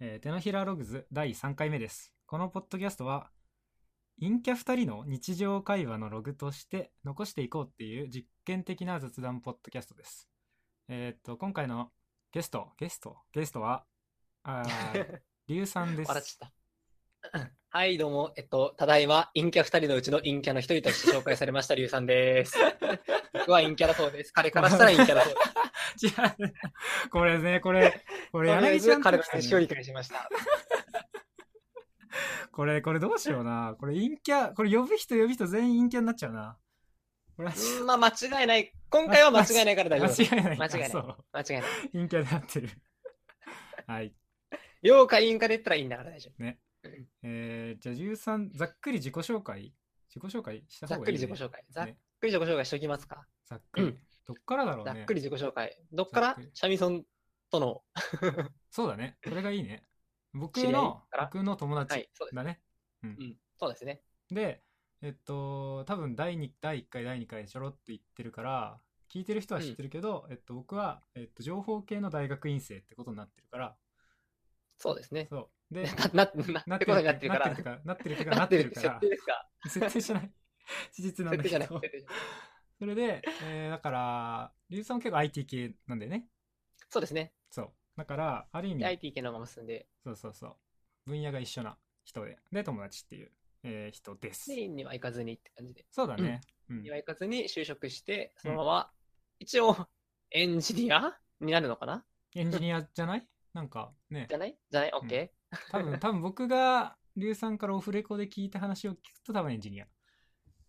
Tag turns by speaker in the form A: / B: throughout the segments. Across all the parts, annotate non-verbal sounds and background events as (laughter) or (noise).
A: えー手のひらログズ第3回目です。このポッドキャストは、陰キャ2人の日常会話のログとして残していこうっていう実験的な雑談ポッドキャストです。えーっと、今回のゲスト、ゲスト、ゲストは、あ
B: (laughs)
A: ーリュウさんです。
B: 笑っちゃった。はい、どうも、えっと、ただいま、陰キャ二人のうちの陰キャの一人として紹介されました、リュウさんです。僕は陰キャだそうです。彼からしたら陰キャだそうです。
A: 違う。これね、これ、 (laughs) ことれ
B: りあえ
A: 柳ちゃ
B: ず
A: ん
B: 軽
A: と
B: く
A: かね、
B: 接種を理解しました。
A: これ、これどうしような。これ陰キャ、これ呼ぶ人呼ぶ人全員陰キャになっちゃうな。これ
B: うんまあ、間違いない。今回は間違いないから大丈夫。
A: 間違いない。
B: 間違いない
A: そう。
B: 間違いない。
A: 陰キャになってる。はい。
B: 陽か陰かで言ったらいいんだから大丈
A: えー、じゃあ13、ざっくり自己紹介自己紹介した
B: 夫。ざっ
A: 方
B: く
A: がい
B: り
A: い、ね。
B: 自己紹介。ざっ
A: ね
B: くり自己紹介しときますか。
A: ざっくり。
B: うん
A: どっからだろう
B: ざ
A: ね。
B: っくり自己紹介。どっか
A: ざっ
B: ら
A: くり
B: シャミソンとの、
A: そうだね。それがいいね。僕
B: 知り合い
A: の
B: か、ら
A: 僕の友
B: は
A: 達
B: い、そうです。
A: だね。
B: うん、そうですね。
A: で、えっと、多分第2、第1回、第2回ちょろっと言ってるから、聞いてる人は知ってるけど、えっと、僕は、えっと、情報系の大学院生ってことになってるから、
B: そうですね。
A: そう。で、
B: な、な、なってことになってるから。
A: なってるっていうか、な
B: な
A: っ
B: ってて
A: るっ
B: るってて
A: いうか、な
B: 設
A: ってるから、
B: 定ですか
A: 設定じゃない。事実なんだ
B: 設定じ
A: け
B: ゃない。
A: ど
B: 設。定じゃない
A: それで、えーだから、リュウさんは結構 IT 系なんだよね。
B: そうですね。
A: そう。だから、ある意
B: で
A: 味、
B: IT 系のまま進んで、
A: そうそうそう。分野が一緒な人で、で、友達っていう、えー人です
B: メ。インには行かずにって感じで、
A: そうだね。うん
B: には行かずに就職して、そのまま、一応、エンジニアになるのかな
A: エンジニアじゃないなんかね
B: じ、ゃないじゃない ?OK?、
A: ん
B: ケー
A: 多分、多分僕が、リュウさんからオフレコで聞いた話を聞くと多分エンジニア。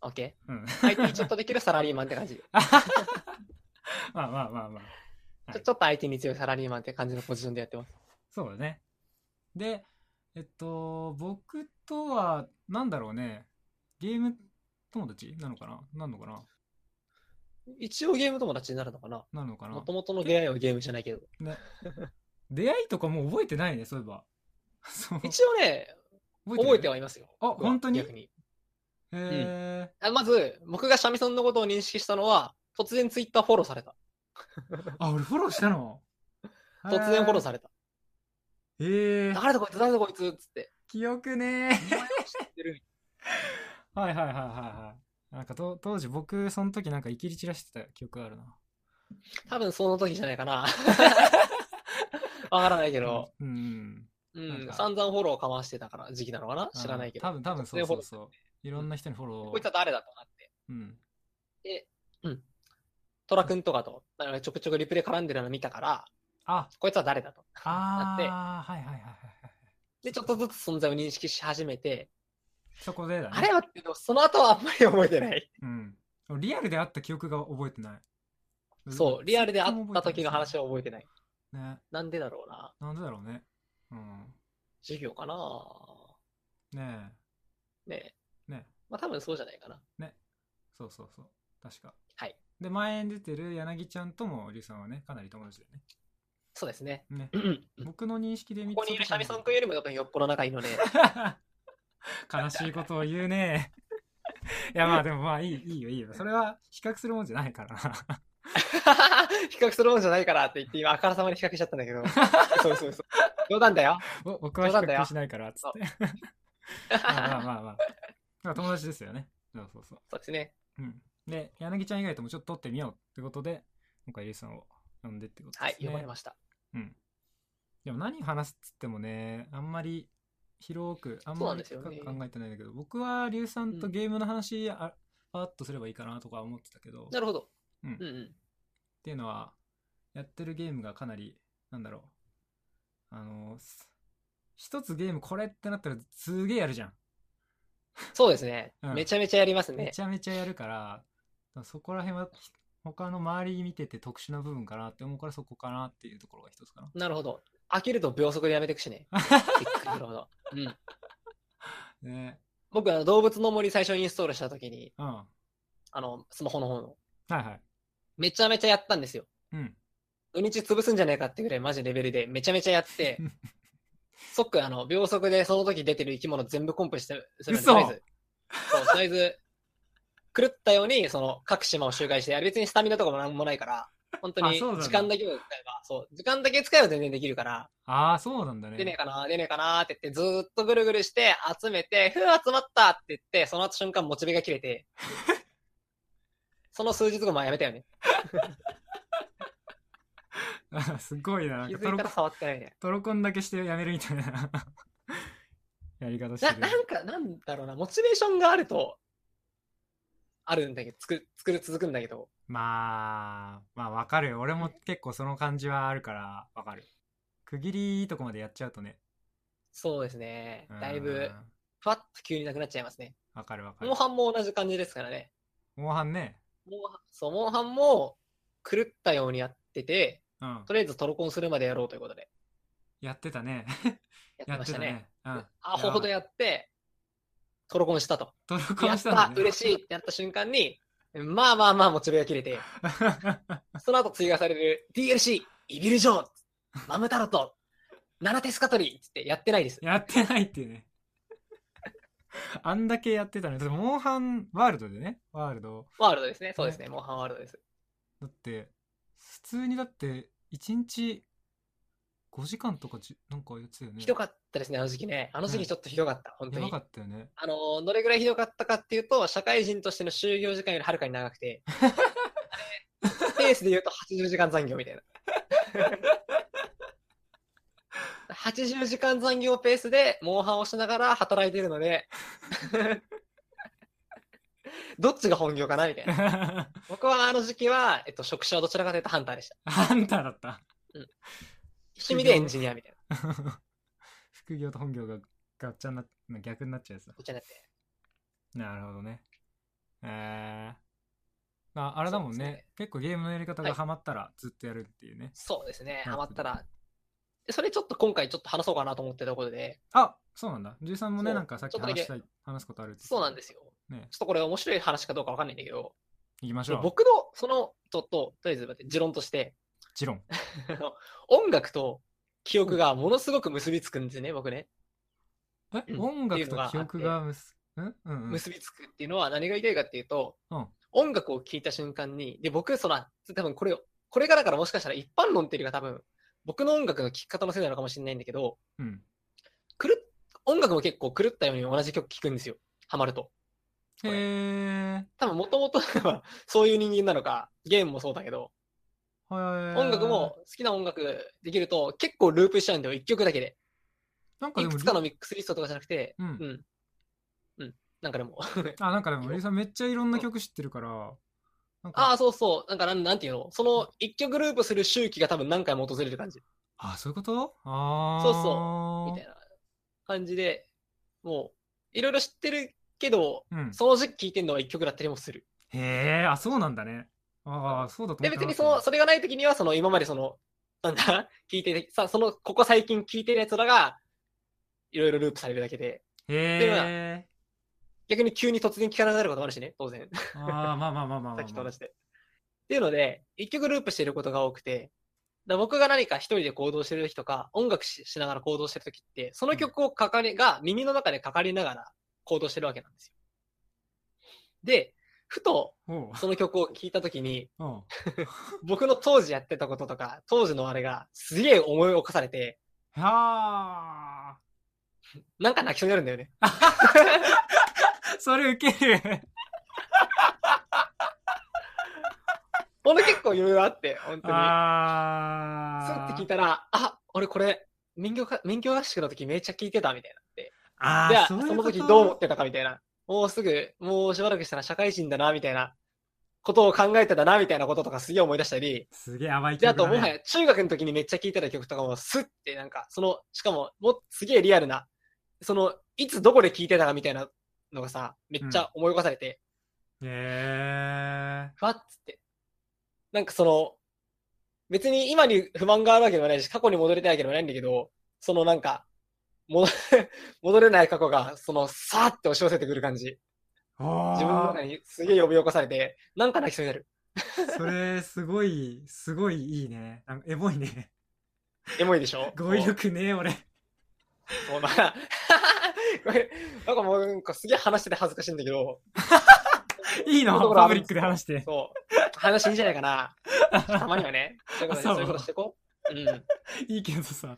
B: オッケ
A: うん。 (laughs)
B: ー IT ちょっとできるサラリーマンって感じ。ち
A: まあまあまあまあ。はい
B: ょちょっと IT に強いサラリーマンって感じのポジションでやってます。
A: そうだね。で、えっと、僕とは、なんだろうね、ゲーム友達なのかななんのかな
B: 一応ゲーム友達になるのかな
A: なのかな
B: もともとの出会いはゲームじゃないけど。
A: ね、出会いとかもう覚えてないね、そういえば。 (laughs) そう
B: 一応ね、
A: 覚
B: 覚えて
A: は
B: はいますよ。
A: あ
B: 僕は
A: 本当に
B: 逆に。
A: え
B: あまず、僕がシャミソンのことを認識したのは、突然ツイッターフォローされた。
A: ー、あ、俺フォローしたの
B: (laughs) 突然フォロー
A: れ
B: された。
A: えー、
B: 誰だこいつ、誰だこいつっつ
A: (laughs)
B: って。
A: 記憶ね
B: お前は知ってるみたいな
A: ー。はいはいはいはいはい。なんかと当時僕、その時なんかいきり散らしてた記憶があるな。
B: 多分その時じゃない
A: (laughs)
B: かな。わからないけど、
A: うん。うん
B: う
A: なん
B: ん、
A: か
B: 散々フォローかましてたから、時期なのかな (laughs) 知らないけど。
A: あー多分、多分
B: 突
A: そう
B: 然フ
A: そ
B: ォ
A: う
B: ロ
A: そ
B: ー
A: う。いろんな人にフォロー。
B: こいつは誰だとなって。
A: うん。
B: うん。トラ君とかと、なんかちょくちょくリプレイ絡んでるの見たから、
A: あ、
B: こいつは誰だと。
A: あ
B: って
A: あ、はいはいはいはい。
B: で、ちょっとずつ存在を認識し始めて、
A: そこでだね。
B: あれはって、その後はあんまり覚えてない。
A: うん。リアルで会った記憶が覚えてない。
B: そう、リアルで会った時の話
A: を。
B: は覚えてない。
A: ね。
B: なんでだろうな。
A: なんでだろうね。うん。
B: 授業かな
A: ね
B: ねえ。
A: え。ねえ。
B: まあ多分そうじゃないかな。
A: そうそうそう。確か。
B: はい。
A: で、前に出てる柳ちゃんとも、リュウさんはね、かなり友達だよ
B: そうですね。
A: ね。ね。 (laughs)
B: うん
A: 僕の認識で見
B: ここにいるシャミソン君よりも多分よっぽど仲いいので、
A: (laughs) 悲しいことを言うね。 (laughs) いや、まあでもまあいい、いいよいいよ。それは比較するもんじゃないから (laughs) な。
B: (laughs) 比較するもんじゃないからって言って、今、あからさまに比較しちゃったんだ
A: (laughs)
B: けど。そうそうそう。冗談だよ。
A: お僕は比
B: そうなんだ
A: 較
B: よ
A: しないから、つって。 (laughs) まあまあ
B: そ
A: まあまあ。まあ友達ですよね。そうそうそう
B: ですね。
A: う。うん。で、柳ちゃん以外ともちょっと撮ってみようってことで、今回リュウさんを呼んでってこと
B: は
A: で
B: い、
A: すね。
B: 呼ばれました。
A: うん。でも何話すっつってもね、あんまり広く、あん
B: そう
A: ま
B: なん
A: り
B: ですよ
A: 深
B: ね
A: く考えてないんだけど、僕はリュウさんと
B: うん
A: ゲームの話、あパーッとすればいいかなとか思ってたけど、
B: なるほど。
A: うん
B: うんうん。
A: っていうのは、やってるゲームがかなり、なんだろう。あの、す一つゲームこれってなったらすげえやるじゃん。
B: そうですね
A: うん。
B: めちゃめちゃやります
A: め
B: ね。
A: ちゃめちゃやるから、そこら辺は他の周り見てて特殊な部分かなって思うからそこかなっていうところが一つかな。
B: なるほど。飽きると秒速でやめて
A: (laughs)
B: くしね。びっくりするほど。うん。
A: ね。
B: 僕、あの動物の森最初インストールした時に、
A: うん。は
B: あの、スマホの方の、
A: いはい。
B: めちゃめちゃやったんですよ。
A: うん。
B: 土日潰すんじゃないかってぐらいマジレベルでめちゃめちゃや
A: (laughs)
B: って、即あの、秒速でその時出てる生き物全部コンプしてる。それ
A: 嘘
B: とりあえずそう、とりあえず、狂ったようにその各島を周回して、あれ別にスタミナとかもなんもないから、本当に
A: あそうなんだ
B: 時間だけを使えば、そう、時間だけ使えば全然できるから、
A: ああ、そうなんだね。
B: 出ねえかな、出ねえかなって言って、ずーっとぐるぐるして、集めて、ふぅ、集まったって言って、その後瞬間モチベが切
A: (laughs)
B: れて、その数日後もやめたよね。
A: (laughs) すごいな。なん
B: 気
A: かト
B: づい
A: ロ
B: たら
A: コ
B: 触ってないね。
A: トロコンだけしてやめるみたいな (laughs) やり方して
B: な、
A: る。
B: なんか、なんだろうな、モチベーションがあると、あるんだけど、作る、作る、続くんだけど、
A: まあ、まあわかるよ。俺も結構その感じはあるからわかる。区切りいいとこまでやっちゃうとね。
B: そうですね
A: うん。
B: だいぶ、ふわっと急になくなっちゃいますね。
A: わかるわかる
B: モン。ハンも同じ感じですからね。
A: 後半ね。
B: モンハンそう、モンハンも狂ったようにやってて、
A: うん
B: と。りあえずトロコンするまでやろうということで、
A: やってた
B: (laughs)
A: ね。
B: やって
A: や
B: ま
A: っ
B: してた
A: た
B: ね。
A: ね。うん。
B: アホほどやって、トロコンしたと。
A: トロコ
B: や
A: ン
B: っ
A: したんだ
B: た、
A: ね。
B: 嬉しいってなった瞬間に、まあまあまあ、モチベが切れて、その後追加される DLC、イビルジョー、マムタロト、ナナテスカトリーっつってやってないです。
A: (laughs) やってないっていうね。 (laughs) あんだけやってたのに。だってモンハンワールドでね。ワールド。
B: ワールドですね。そうですね。モンハンワールドです。
A: だって、普通にだって、1日5時間とかじ、なんかやってたよね。
B: ひどかったですね、あの時期ね。あの時期ちょっとひどかった、本当
A: やば
B: に
A: か。ったよね。
B: あのーどれぐらいひどかったかっていうと、社会人としての就業時間よりはるかに長
A: (laughs)
B: くて、あれペースで言うと80時間残業みたいな。80時間残業ペースで、モンハンをしながら働いてるので、
A: (laughs)
B: どっちが本業かなみたい
A: (laughs)
B: な。
A: ハ
B: 僕はあの時期は、えっと、職種はどちらかというとハンターでした。
A: ンターだった。 (laughs)
B: 趣味でエンジニアみたいな。
A: 副業と本業がガッチャになっ逆になっちゃうやつだ
B: こっちになって。
A: なるほどね。えー。まあ、あれだもん
B: そう
A: ね
B: ですね
A: 結構ゲームのやり方が
B: はい
A: ハマったらずっとやるっていうね。
B: そうですね。
A: なる
B: ハ
A: ほど
B: マったら。でそれちょっと今回ちょっと話そうかなと思ってたことで、
A: あそうなんだ。じゅうさんもね、
B: そう
A: なんかさっき
B: ちょっとだけ
A: 話したい、話すことあるって
B: そうなん
A: で
B: ですよ。
A: ね
B: ちょっとこれ面白い話かどうかわかんないんだけど、
A: す。行きましょう。
B: 僕のそのちょっと、とりあえず待って持論として、
A: もちろん。
B: あの音楽と記憶がものすごく結びつくんですよね、僕ね。
A: え、
B: うん
A: 音楽
B: ってい
A: と
B: うのがあって
A: 記憶がむす、んうんうん。
B: 結びつくっていうのは何が言いたいかっていうと、
A: うん
B: 音楽を聴いた瞬間に、で、僕、その、多分これを、これがだからもしかしたら一般論っていうよりか多分、僕の音楽の聴き方のせいなのかもしれないんだけど、
A: うん。
B: 狂っ音楽も結構狂ったように同じ曲聴くんですよ。ハマると。
A: へえ。
B: 多分もともとはそういう人間なのか、ゲームもそうだけど、
A: 音
B: 音楽も好きな音楽できると結構ループしちゃうんだよ、一曲だけで。
A: なんか
B: い
A: でも
B: くつかのミックスリストとかじゃなくて、
A: う、
B: うんん。うん。なんかでも。
A: あなんかでもリュウさんめっちゃいろんな曲知ってるからなん
B: あ
A: か
B: あ、そうそう。なんかなん、なんていうのその一曲ループする周期が多分何回も訪れる感じ。
A: あそういうことああ
B: そうみたいな感じで、もう、いろいろ知ってるけど、
A: う、うん、
B: その時期聴いてんのは一曲だったりもする。
A: へえあそうなんだねああそうだと
B: で、
A: 思ってな
B: 別に
A: か
B: そ
A: った
B: の、それがない時には、その今までその、なんだ、 (laughs) 聴いてて、さ、その、ここ最近聴いてるやつらが、いろいろループされるだけで、
A: へえ
B: 逆に急に突然聴かなくなることもあるしね、当然。
A: ああまあまあまあまあまあ、まあ、
B: (laughs) さっきと同じで。っていうので、一曲ループしてることが多くて、だから僕が何か一人で行動してる時とか、音楽ししながら行動してる時って、その曲をかかり、が耳の中でかかりながら行動してるわけなんですよ。で、ふと
A: おう
B: その曲を聴いた時に、
A: おう
B: 僕の当時やってたこととか、当時のあれがすげえ思い起こされて、
A: はあ
B: なんか泣きそうになるんだよね。
A: それウ
B: (laughs)
A: ケる
B: ほんと結構いろいろあって、本当に。
A: あ
B: そうって聞い
A: た
B: たら、あ、俺これ、免許か、免許合宿の時めっちゃ聞いてたみたいになって。
A: あ
B: じゃ
A: あ
B: あ、そ
A: そういう
B: の
A: こと
B: 時どう思ってたかみたいな。もうすぐ、もうしばらくしたら社会人だな、みたいなことを考えてたな、みたいなこととかすげえ思い出したり。
A: すげえ甘い
B: で、
A: 曲
B: あと、
A: だね
B: もはや中学の時にめっちゃ聴いてた曲とかもスッてなんか、その、しかも、もうすげえリアルな、その、いつどこで聴いてたかみたいなのがさ、めっちゃ思い起こされて、
A: へえ
B: ふわっつって。なんかその、別に今に不満があるわけでもないし、過去に戻りたいわけでもないんだけど、そのなんか、戻 (laughs) 戻れない過去が、その、さーって押し寄せてくる感じ。自
A: 自
B: 分の中にすげえ呼び起こされて、なんか泣きそうになる。
A: それすごいすごいいいねなんかエモい
B: (laughs)
A: ね
B: エモいでしょ
A: 語彙力ねえ俺
B: そうそうな。 (laughs) これなんかもう、なんかすげえ話してて恥ずかしいんだけど、
A: いいの
B: そういうところ
A: パ
B: あ
A: ブ
B: る
A: リ
B: ん
A: ック
B: です
A: で話して
B: そう。話いいんじゃないかな。たまにはね。そういうこと
A: あそう
B: ねそういうことしてこう。うん。
A: (laughs) いいけどさ。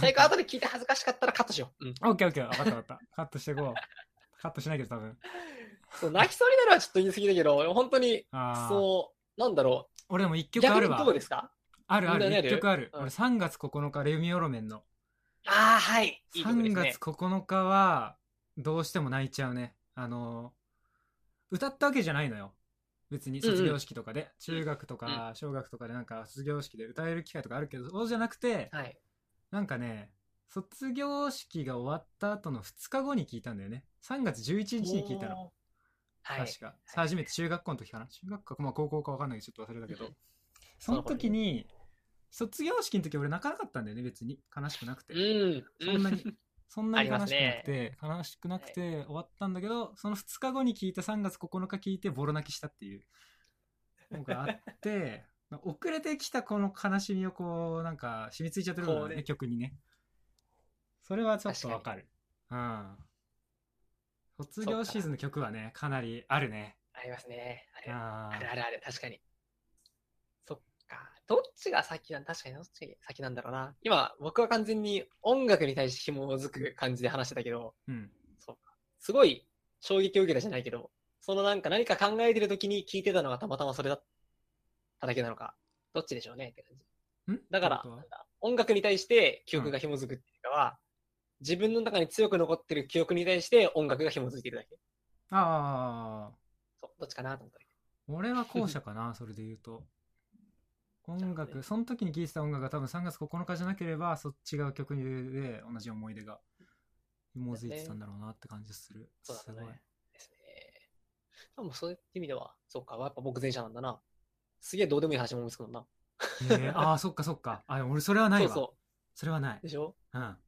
B: 最後後で聞いて恥ずかしかったらカットしよう。うん。
A: オッケーオッケー。わかったわかった。カットしていこう。カットしないけど多分。
B: そう、泣きそうになるのはちょっと言い過ぎだけど、本当に、
A: ああ。
B: そう、なんだろ
A: 俺でも一
B: う。
A: 曲あ
B: 逆
A: る
B: に
A: わ
B: どう。ですか
A: あるあ
B: みん
A: る。
B: なにあ
A: 一
B: る
A: 曲ある。
B: うん
A: 俺3月9日、レミオロメンの。
B: ああ、はい。いい曲
A: 3
B: です
A: 月
B: ね。
A: 9日は、どうしても泣いちゃうね。あの、歌ったわけじゃないのよ。別に
B: うんうん
A: 卒業式とかで、中学とか小学とかでなんか卒業式で歌える機会とかあるけど、そうじゃなくて、
B: はい。
A: なんかね、卒業式が終わった後の2日後に聞いたんだよね。3月11日に聞いたの。
B: おー。はい。
A: 確か、初めて中学校の時かな中学校か、まあ、高校か分かんないけどちょっと忘れたけど、
B: うん
A: その時に卒業式の時俺泣かなかったんだよね別に悲しくなくて、
B: うん。
A: そんなにそんなに
B: あり
A: 悲
B: ま
A: し
B: す
A: くなく
B: ね
A: て、悲しくなくて終わったんだけどその2日後に聞いた3月9日聞いてボロ泣きしたっていうのがあって
B: (laughs)
A: まあ遅れてきたこの悲しみをこうなんか染みついちゃってるの
B: こ
A: ね
B: うね
A: 曲にねそれはちょっとわかるうん卒業シーズンの曲はねかなりあるね
B: (laughs) ありますね。あります
A: あ
B: あるあるある、確かに。そっか。どっちが先なん確かにどっちが先なんだろうな。今、僕は完全に音楽に対して紐づく感じで話してたけど、
A: ーうん。
B: すごい衝撃を受けたじゃないけど、そのなんか何か考えてる時に聞いてたのがたまたまそれだっただけなのか、どっちでしょうねって感じ。
A: ん
B: だから
A: ってことは
B: 音楽に対して記憶が紐づくっていうかは、自分の中に強く残ってる記憶に対して音楽が紐づいてるだけ。
A: ああ、
B: そう、どっちかなと思ったけど
A: 俺は後者かな、それで言うと。音
B: なるほど
A: 楽、
B: ね
A: その時に聴いてた音楽が多分3月9日じゃなければ、そ違う曲で同じ思い出が紐づいてたんだろうなって感じする。
B: そう
A: す
B: だ
A: ごい。
B: ね。ですね。でもそういう意味では、そうか、やっぱ僕前者なんだな。すげえどうでもいい話も思いつくもんな。
A: えーああ、そっかそっか。あ、俺それはないわ。
B: そうそ。。
A: それはないう
B: でしょ
A: うん。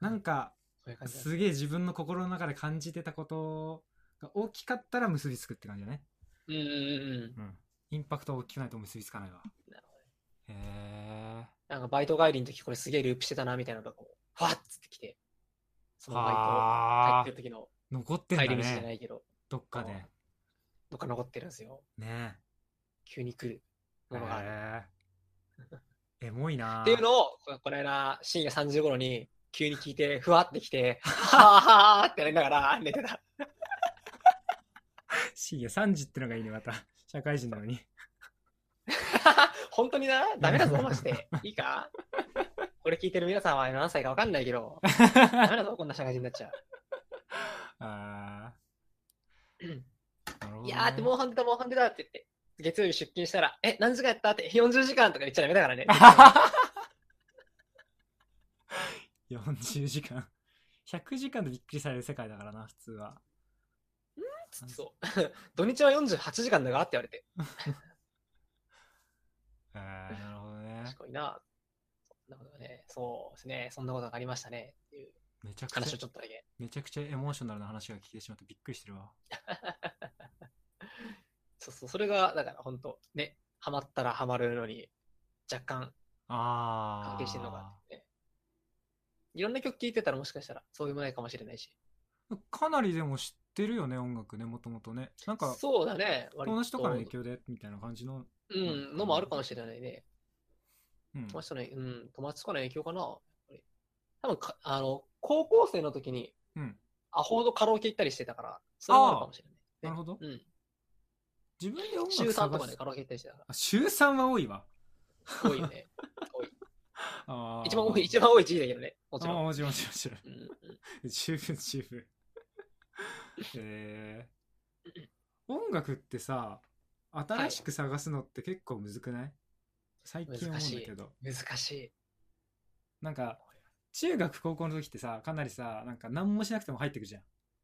A: なんか、
B: そういう感じだ
A: すげえ自分の心の中で感じてたことが大きかったら結びつくって感じだね。
B: うんうんうんうん。
A: うん。インパクト大きくないと結びつかないわ。
B: なるほどね
A: へえ。
B: なんかバイト帰りの時これすげえループしてたなみたいなのがこう、ふわっつってきて、そのバ
A: あ
B: イト帰
A: ー
B: ってる時の
A: 残ってんだ
B: 帰り道じゃな
A: ね。
B: いけど、
A: どっかで。
B: どっか残ってるんですよ。
A: ね
B: 急に来る
A: え。
B: ものがある。
A: えーエ (laughs) モいなぁ
B: っていうのを、ここの間深夜3時頃に急に聞いて、ふわって
A: (laughs)
B: きて、はぁはぁってなりながら寝てた。
A: 深夜3時ってのがいいね、また。社会人な
B: (laughs)
A: のに。
B: 本当にな、ダメだぞ、マジで。いいかこれ聞いてる皆さんは何歳か分かんないけど、ダメだぞ、こんな社会人になっちゃ
A: あーなるほど
B: う。
A: ね
B: いやーっ
A: (laughs)
B: て、もう半でだ、もう半でだって言って、月曜日出勤したら、え、何時間やったって、40時間とか言っちゃダメだ (laughs) からね。
A: 40時間。100時間でびっくりされる世界だからな、普通は。
B: そう。土日は48時間だがって言われて、
A: えー、なるほどね。
B: 賢いな。そんなことがね、そうですね、そんなことがありましたね。っていう
A: めちゃく
B: 話
A: ち
B: を
A: ゃ
B: ちょ、っとだけ。
A: めちゃくちゃエモーショナルな話が聞いてしまってびっくりしてるわ。
B: そうそう、それが、だから本当、ね、ハマったらハマるのに、若干
A: あー。
B: 関係してるのかなってね。いろんな曲聴いてたらもしかしたらそうでもないかもしれないし。
A: かなりでも知ってるよね、音楽ね、もともとね。なんか、
B: そうだね。
A: 友達とかの影響で、みたいな感じの。
B: う
A: うん
B: ん、のもあるかもしれないね。
A: うん
B: 友達との、うん、友達とかの影響かな。やっぱり多分か、あの、高校生の時に
A: うん。
B: アホほどカラオケ行ったりしてたから、それもあるかもしれない。
A: なるほど。
B: うん。
A: 自分で音楽
B: 週3とか
A: 探
B: ですカラオケ行ったりしてたか
A: あ週3は多いわ。 (laughs)
B: ら、多いよね。多い。
A: あー
B: 一番多い、一番多い時期だけどね。もち
A: あ
B: ろ
A: ー
B: ん。
A: もちろん、もちろん、もちろん。
B: うんうん
A: 十分十分 (laughs) えー、音楽ってさ新しく探すのって結構むずくない、最近思うんだけど
B: 難しい。
A: なんか中学高校の時ってさかなりさなんか何もしなくても入ってくじゃん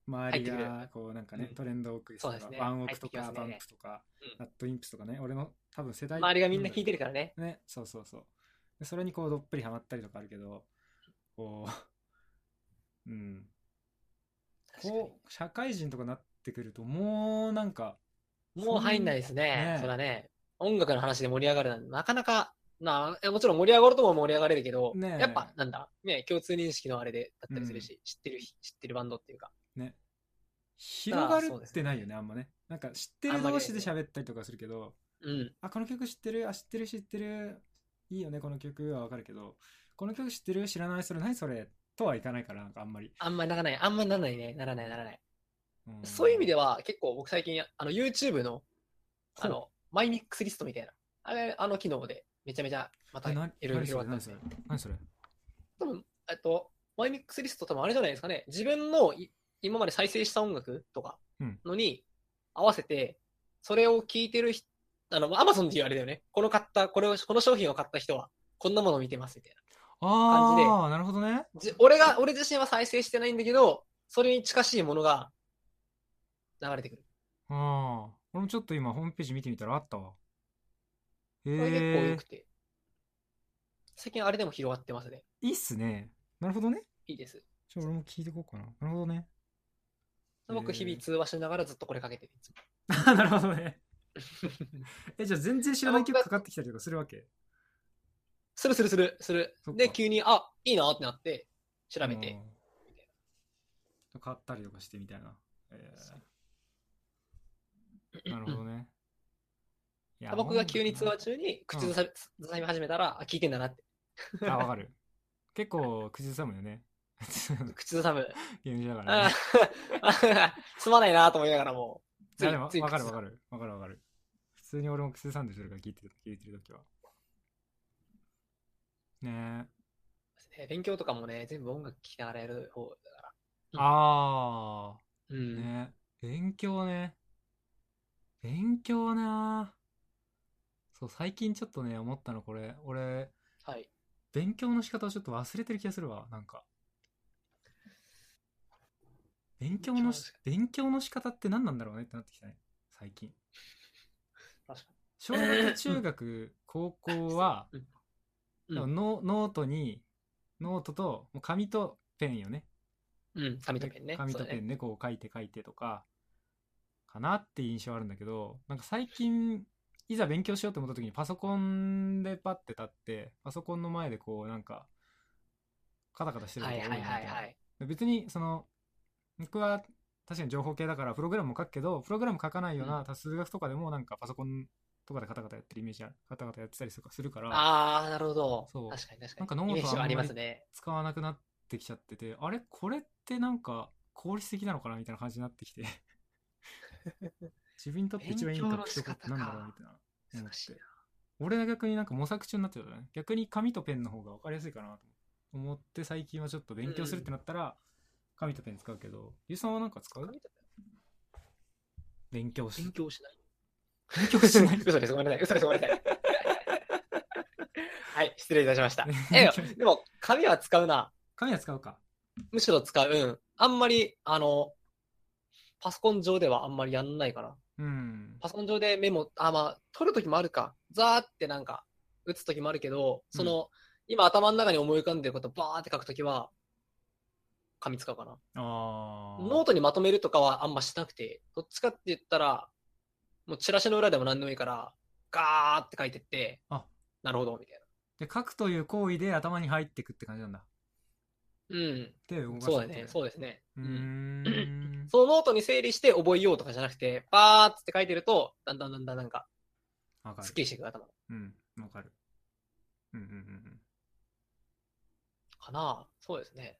A: 周り
B: 入って
A: がこうなんかね、
B: うん
A: トレンドを送り
B: そうですね
A: ワンオクとか、
B: 入ってき
A: バ
B: ます
A: ン
B: ね
A: プとか、
B: うん
A: ナットインプスとかね俺の多分世代
B: 周りがみんな
A: 聞
B: 聴いてるからね。
A: ね、そうそうそう。でそれにこうどっぷりハマったりとかあるけど、こう、 (laughs) うん。
B: 確かに
A: こう、社会人とかなってくると、もうなんか、
B: もう入んないです
A: ね
B: ね。それはね、音楽の話で盛り上がるなんて、なかなか、なあ、えもちろん盛り上がるとも盛り上がれるけど、
A: ねえ
B: やっぱ、なんだ、ね、共通認識のあれで、だったりするし、知ってる、知ってるバンドっていうか。
A: ね、広がる
B: そうで
A: っ
B: す
A: て
B: ね
A: ないよね、あんまね。なんか知って
B: あ
A: る
B: んまり
A: 同士で喋ったりとかするけど、
B: うん。
A: あ、この曲知ってるあ、知ってる知ってる。いいよね、この曲はわかるけど、この曲知ってる知らないそれ何それとはいかないから、なんかあんまり。
B: あんまならない。あんまならないね。ならない、ならない。
A: ん
B: そういう意味では、結構僕最近、あの、YouTube の、
A: ほう
B: あの、マイミックスリストみたいな。あれ、あの機能で、めちゃめちゃ、また、
A: え
B: い
A: な
B: ろいろ
A: 何
B: 広
A: そ
B: がっ
A: れ
B: たんで
A: 何
B: す
A: そ
B: ね
A: れ。何それ
B: 多分、えっと、マイミックスリスト多分あれじゃないですかね。自分のい今まで再生した音楽とか
A: うん
B: のに合わせて、それを聞いてる人、あの、アマゾンっていうあれだよね。この買った、これを、この商品を買った人は、こんなものを見てますみたい
A: あ
B: じで
A: あ、なるほどね。
B: な。じ俺が、俺自身は再生してないんだけど、それに近しいものが流れてくる。
A: ああ。俺もちょっと今ホームページ見てみたらあったわ。へ
B: これ結構良
A: え
B: く。て。最近あれでも広がってますね。
A: いいっすね。なるほどね。
B: いいです。
A: ちょ、俺も聞いてこうかな。なるほど
B: (laughs)
A: ね。
B: 僕、日々通話しながらずっとこれかけてる。いつも
A: なるほどね。 (laughs) え、じゃあ全然知らない曲かかってきたりとかするわけ
B: するするする、する
A: そっ。か
B: で、急に、あ、いいなってなって、調べて。
A: うん買ったりとかしてみたいな。え
B: (laughs)
A: ーなるほどね。いや
B: 僕が急に通話
A: 音
B: 中に口ずさ,、ずさみ始めたら、あ、聞いてんだなって。
A: 楽なあ、わかる。結構、口ずさむよね。 (laughs)
B: 口ずさむ。
A: ゲームしながら、
B: あ
A: ね。
B: ー (laughs) すまないなと思いながらもう。
A: いやでも、
B: ついつい
A: わかるわ
B: 口
A: か
B: ず
A: る。わかるわかる。普通に俺も口ずさんでするから聞いてる、聞いてるときは。ねえ。
B: ね勉強とかもね、全部音楽聴きながらやる方だから。うん
A: ああ。
B: うん。
A: ね、勉強ね。勉強なぁそう、最近ちょっとね、思ったのこれ。俺、
B: はい。
A: 勉強の仕方をちょっと忘れてる気がするわ、なんか。勉強のし、勉強の仕方って何なんだろうねってなってきたね、最近。
B: 確か
A: 小学、中学、高校は、
B: うんうん
A: でもノノートに、ノートと、もう紙とペンよね。
B: に。うん。紙とペンね。
A: 紙と
B: そうだ
A: ペ
B: ね。
A: ンでこう書いて書いてとかかなっていう印象あるんだけどなんか最近いざ勉強しようと思った時にパソコンでパッて立ってパソコンの前でこうなんかカタカタしてるこ
B: は
A: とが
B: い
A: 多
B: はい
A: い
B: はい
A: な
B: はい。
A: と別にその僕は確かに情報系だからプログラムも書くけどプログラム書かないよう
B: う
A: な多数学とかでもなんかパソコンとかでカタカタやってるイメージあるカタカタやってたりとかするから
B: あー、なるほど。
A: そう
B: 確かに確かに。
A: なんかノート
B: イメージはあり
A: あんま
B: ま
A: り
B: すね。
A: 使わなくなってきちゃっててあれこれってなんか効率的なのかなみたいな感じになってき (laughs) て自分にとって一番いい書き方ってなんだろうみたいな思っ
B: 難しい
A: て俺が逆になんか模索中になってたね逆に紙とペンの方が分かりやすいかなと思って最近はちょっと勉強するってなったら紙とペン使うけどゆうさんはなんか使
B: な。
A: う
B: 紙と
A: 勉強
B: ペン
A: し
B: 勉強しない。
A: 勉強しない
B: 嘘です、ごめんなさい。嘘です、ごめんなさ
A: (laughs)
B: い。はい、失礼いたしました。え
A: (laughs) 勉強、
B: でも、紙は使うな。
A: 紙は使うか
B: むしろ使う。うん。あんまり、あの、パソコン上ではあんまりやんないかな。
A: うん
B: パソコン上でメモ、あ、まあ、取るときもあるか。ザーってなんか、打つときもあるけど、その、今頭の中に思い浮かんでることバーって書くときは、紙使うかな。
A: あ
B: ノートにまとめるとかはあんましなくて、どっちかって言ったら、もうチラシの裏でも何でもいいから、ガーって書いてって、
A: あ
B: なるほど、みたい
A: で書くという行為で頭に入ってくって感じなんだ
B: な。
A: で動
B: う
A: か
B: ん。
A: すこ
B: そう
A: と
B: だ
A: で
B: ね、そうですね。
A: う
B: う
A: ー
B: ん。
A: ん
B: そのノートに整理して覚えようとかじゃなくて、バーって書いてると、だんだんだんだんなんか、
A: わかる
B: すっきりしていく頭
A: うん、わかる。うんうん
B: かな。そうですね。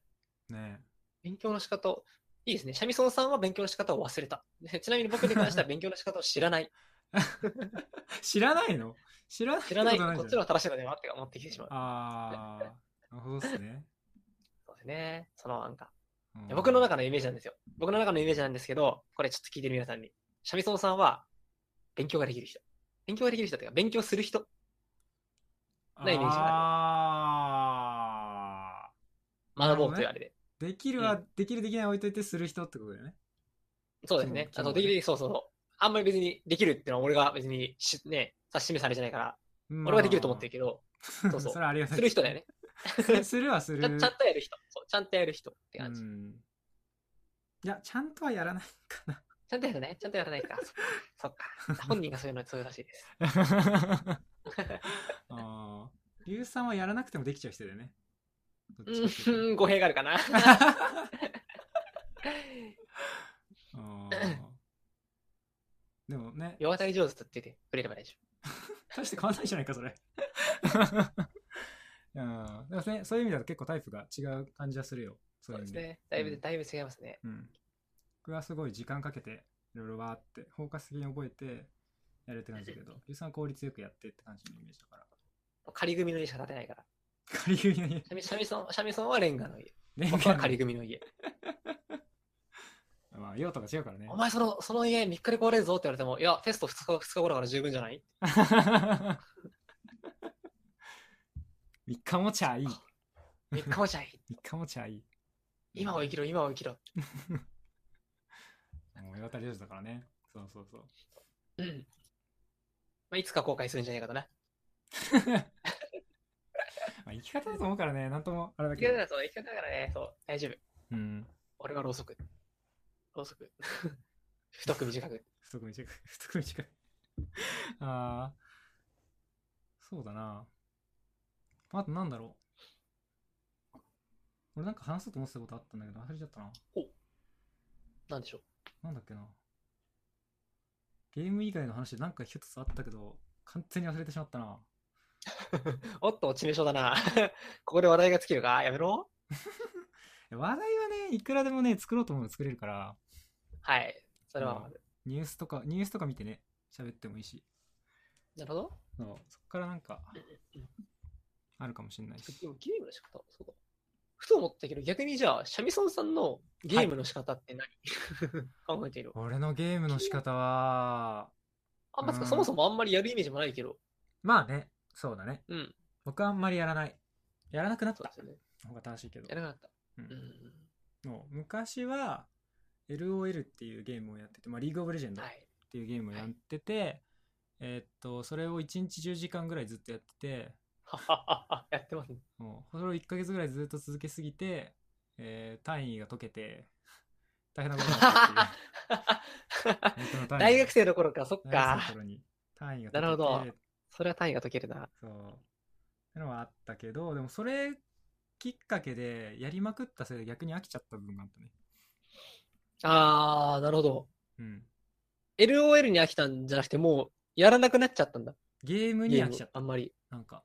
A: うんうん。ね
B: 勉強の仕方を、いいですね。シャミソンさんは勉強の仕方を忘れた。ねちなみに僕に (laughs) 関しては勉強の仕方を知らない。
A: え (laughs) 知らないの知らない
B: 知らない。
A: こ
B: こと
A: じゃ
B: っちの方が正しいのではって思ってきてしまう。
A: ああ、なるほどっす
B: (laughs)
A: ね。
B: そうですね。そのなんか、
A: うん
B: いや僕の中のイメージなんですよ。僕の中のイメージなんですけど、これちょっと聞いてる皆さんに。シャミソンさんは、勉強ができる人。勉強ができる人っていうか、勉強する人。なイメージがある
A: あなる
B: 学
A: ほ
B: ぼ
A: どね
B: うというあれで。
A: ーできる
B: う
A: は、できるできない置いといてする人ってことだよね。
B: そうですね。
A: そう
B: あ
A: そう
B: と、できる、そうそうそう。あんまり別にできるっていうのは俺が別にし、ね、指し示されてないから、俺はできると思って
A: る。
B: るけど、そうそ
A: (laughs)
B: う
A: それはありがたい。
B: する人だよね。
A: ね。 (laughs) するはす
B: ちゃん
A: る。
B: ちゃんとやる人。そう、ちゃんとやる人って感じ。
A: うん。いや、ちゃんとはや
B: (laughs)
A: らないかな。
B: ちゃんとやらないちゃんとやらないか。 (laughs) そっかそっか。本人がそういうの、そういうらしいです。
A: ああ。硫酸はやらなくてもできちゃう人だよね。どっちか
B: (laughs)
A: っていうと
B: うーん、語弊があるかな。
A: あーでもね、
B: 夜渡り上手と言っててくれれば大丈
A: 大して変わんないじゃないか、それ。 (laughs) うん、でもね、そういう意味だと結構タイプが違う感じはするよ。そ
B: 夫。そう
A: いう意味
B: ですね。だいぶ、
A: うん
B: だいぶ違いますね。
A: うん。僕はすごい時間かけて、いろいろわーって、包括的に覚えてやるって感じだけど、ゆうさんは効率よくやってって感じのイメージだから。
B: 仮組の家しか建てないから。
A: 仮組の家。
B: シャミシャミソン、シャミソンはレンガの家。
A: レン
B: 僕は
A: ガの
B: 仮組の家。
A: まあ、用途が違うからね
B: お。前その、その家3日で壊れるぞって言われても、いや、テスト2日、2日後だから十分じゃない
A: (laughs) 三日もちゃいい。
B: ?3 日もじゃい。
A: 三日もちゃいい。
B: 今を生きろ、今を生きろ。
A: もう世渡り上手だからね。そうそうそう。
B: うん。まあ、いつか後悔するんじゃないかとな。
A: まあ、生き方だと思うからね、なんともあれだ
B: 生き
A: け
B: 方
A: ど。
B: だ、そう、生き方だからね、そう、大丈夫。
A: うん。
B: 俺がろうそく。ろうそく。 (laughs) 太く短く。
A: 太く短く、 (laughs) 太く短く。ああ。そうだな。あとなんだろう。俺なんか話そうと思ってたことあったんだけど、忘れちゃったな。
B: なんでしょう。
A: なんだっけな。ゲーム以外の話でなんか一つあったけど、完全に忘れてしまったな。
B: おっと、致命傷だな。 (laughs) ここで話題が尽きるかやめろ。
A: いや話題はね、いくらでもね、作ろうと思うの作れるから、
B: はい。それは、
A: うんニュースとか、ニュースとか見てね、喋ってもいいし、
B: なるほど。
A: そうそっからなんか
B: うん、
A: あるかもしれないし。
B: でもゲームの仕方、そうだ。ふと思ったけど、逆にじゃあ、シャミソンさんのゲームの仕方って何、 (laughs) 考えている。
A: 俺のゲームの仕方は、
B: あんまつか、
A: うん
B: そもそもあんまりやるイメージもないけど。
A: まあね、そうだね。
B: うん。
A: 僕はあんまりやらない。やらなくなっ
B: そう
A: た
B: ですよね。
A: 方が正しいけど
B: や。らなかった。
A: う
B: うんん。
A: もう昔は、LOL っていうゲームをやってて、まあ、リーグオブレジェンドっ
B: はい。
A: ていうゲームをやってて、えーっと、それを1日10時間ぐらいずっとやってて、
B: ははははやってますね。
A: もうそれを1ヶ月ぐらいずっと続けすぎて、えー単位が解けて大変なことにな
B: (laughs)
A: ったっていう僕の (laughs) 単位が
B: 大学生の頃か、そっ
A: 大学
B: か
A: 生の。頃に単位が
B: なるほど
A: 解けて
B: それは単位が解けるな。
A: そうってのはあったけどでもそれきっかけでやりまくったせいで逆に飽きちゃった部分があったね
B: あー、なるほど。
A: うん
B: LOL に飽きたんじゃなくて、もう、やらなくなっちゃったんだ。
A: ゲームに
B: ゲー
A: 飽きちゃ
B: ム
A: っ、た
B: あんまり。
A: なんか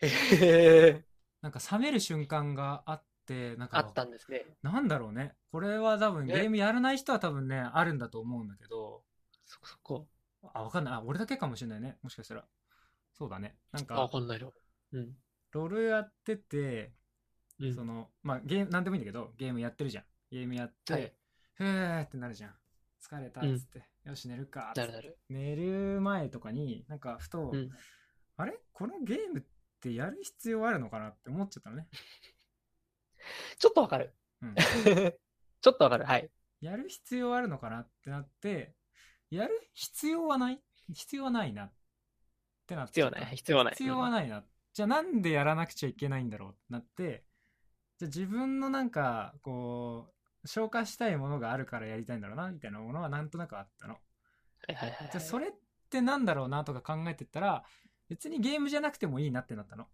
B: へー
A: なんか冷める瞬間があってなんか
B: (laughs) あったんですね。
A: なんだろうねこれは多分ゲ
B: ね
A: ームやらない人は多分ねあるんだと思うんだけど
B: そこそこ。
A: あわかんないあ俺だけかもしれないねもしかしたらそうだねなん
B: あ、わ
A: か
B: かんないよ。うん。
A: ロールやってて
B: うん
A: そのまあゲームなんでもいいんだけどゲームやってるじゃんゲームやって、
B: はい
A: ふーってなるじゃん疲れたっつって、よし寝るかっつ
B: な
A: っ
B: る
A: て
B: なる。
A: 寝る前とかになんかふと、
B: うん。
A: あれこのゲームってやる必要あるのかなって思っちゃったのね、
B: ちょっとわかる。 (laughs)
A: うん、
B: ちょっとわかる。はい。
A: やる必要あるのかなってなってやる必要はない必要はないなってなっ
B: 必
A: ちゃ
B: 要
A: った
B: ない。必要ない。
A: 必要はないな、じゃあなんでやらなくちゃいけないんだろうってなってじゃあ自分のなんかこう消化したいものがあるからやりたいんだろうなみたいなものはなんとなくあったの
B: うん。はいはいはいはい。
A: じゃあそれってなんだろうなとか考えてったら別にゲームじゃなくてもいいなってなったのっ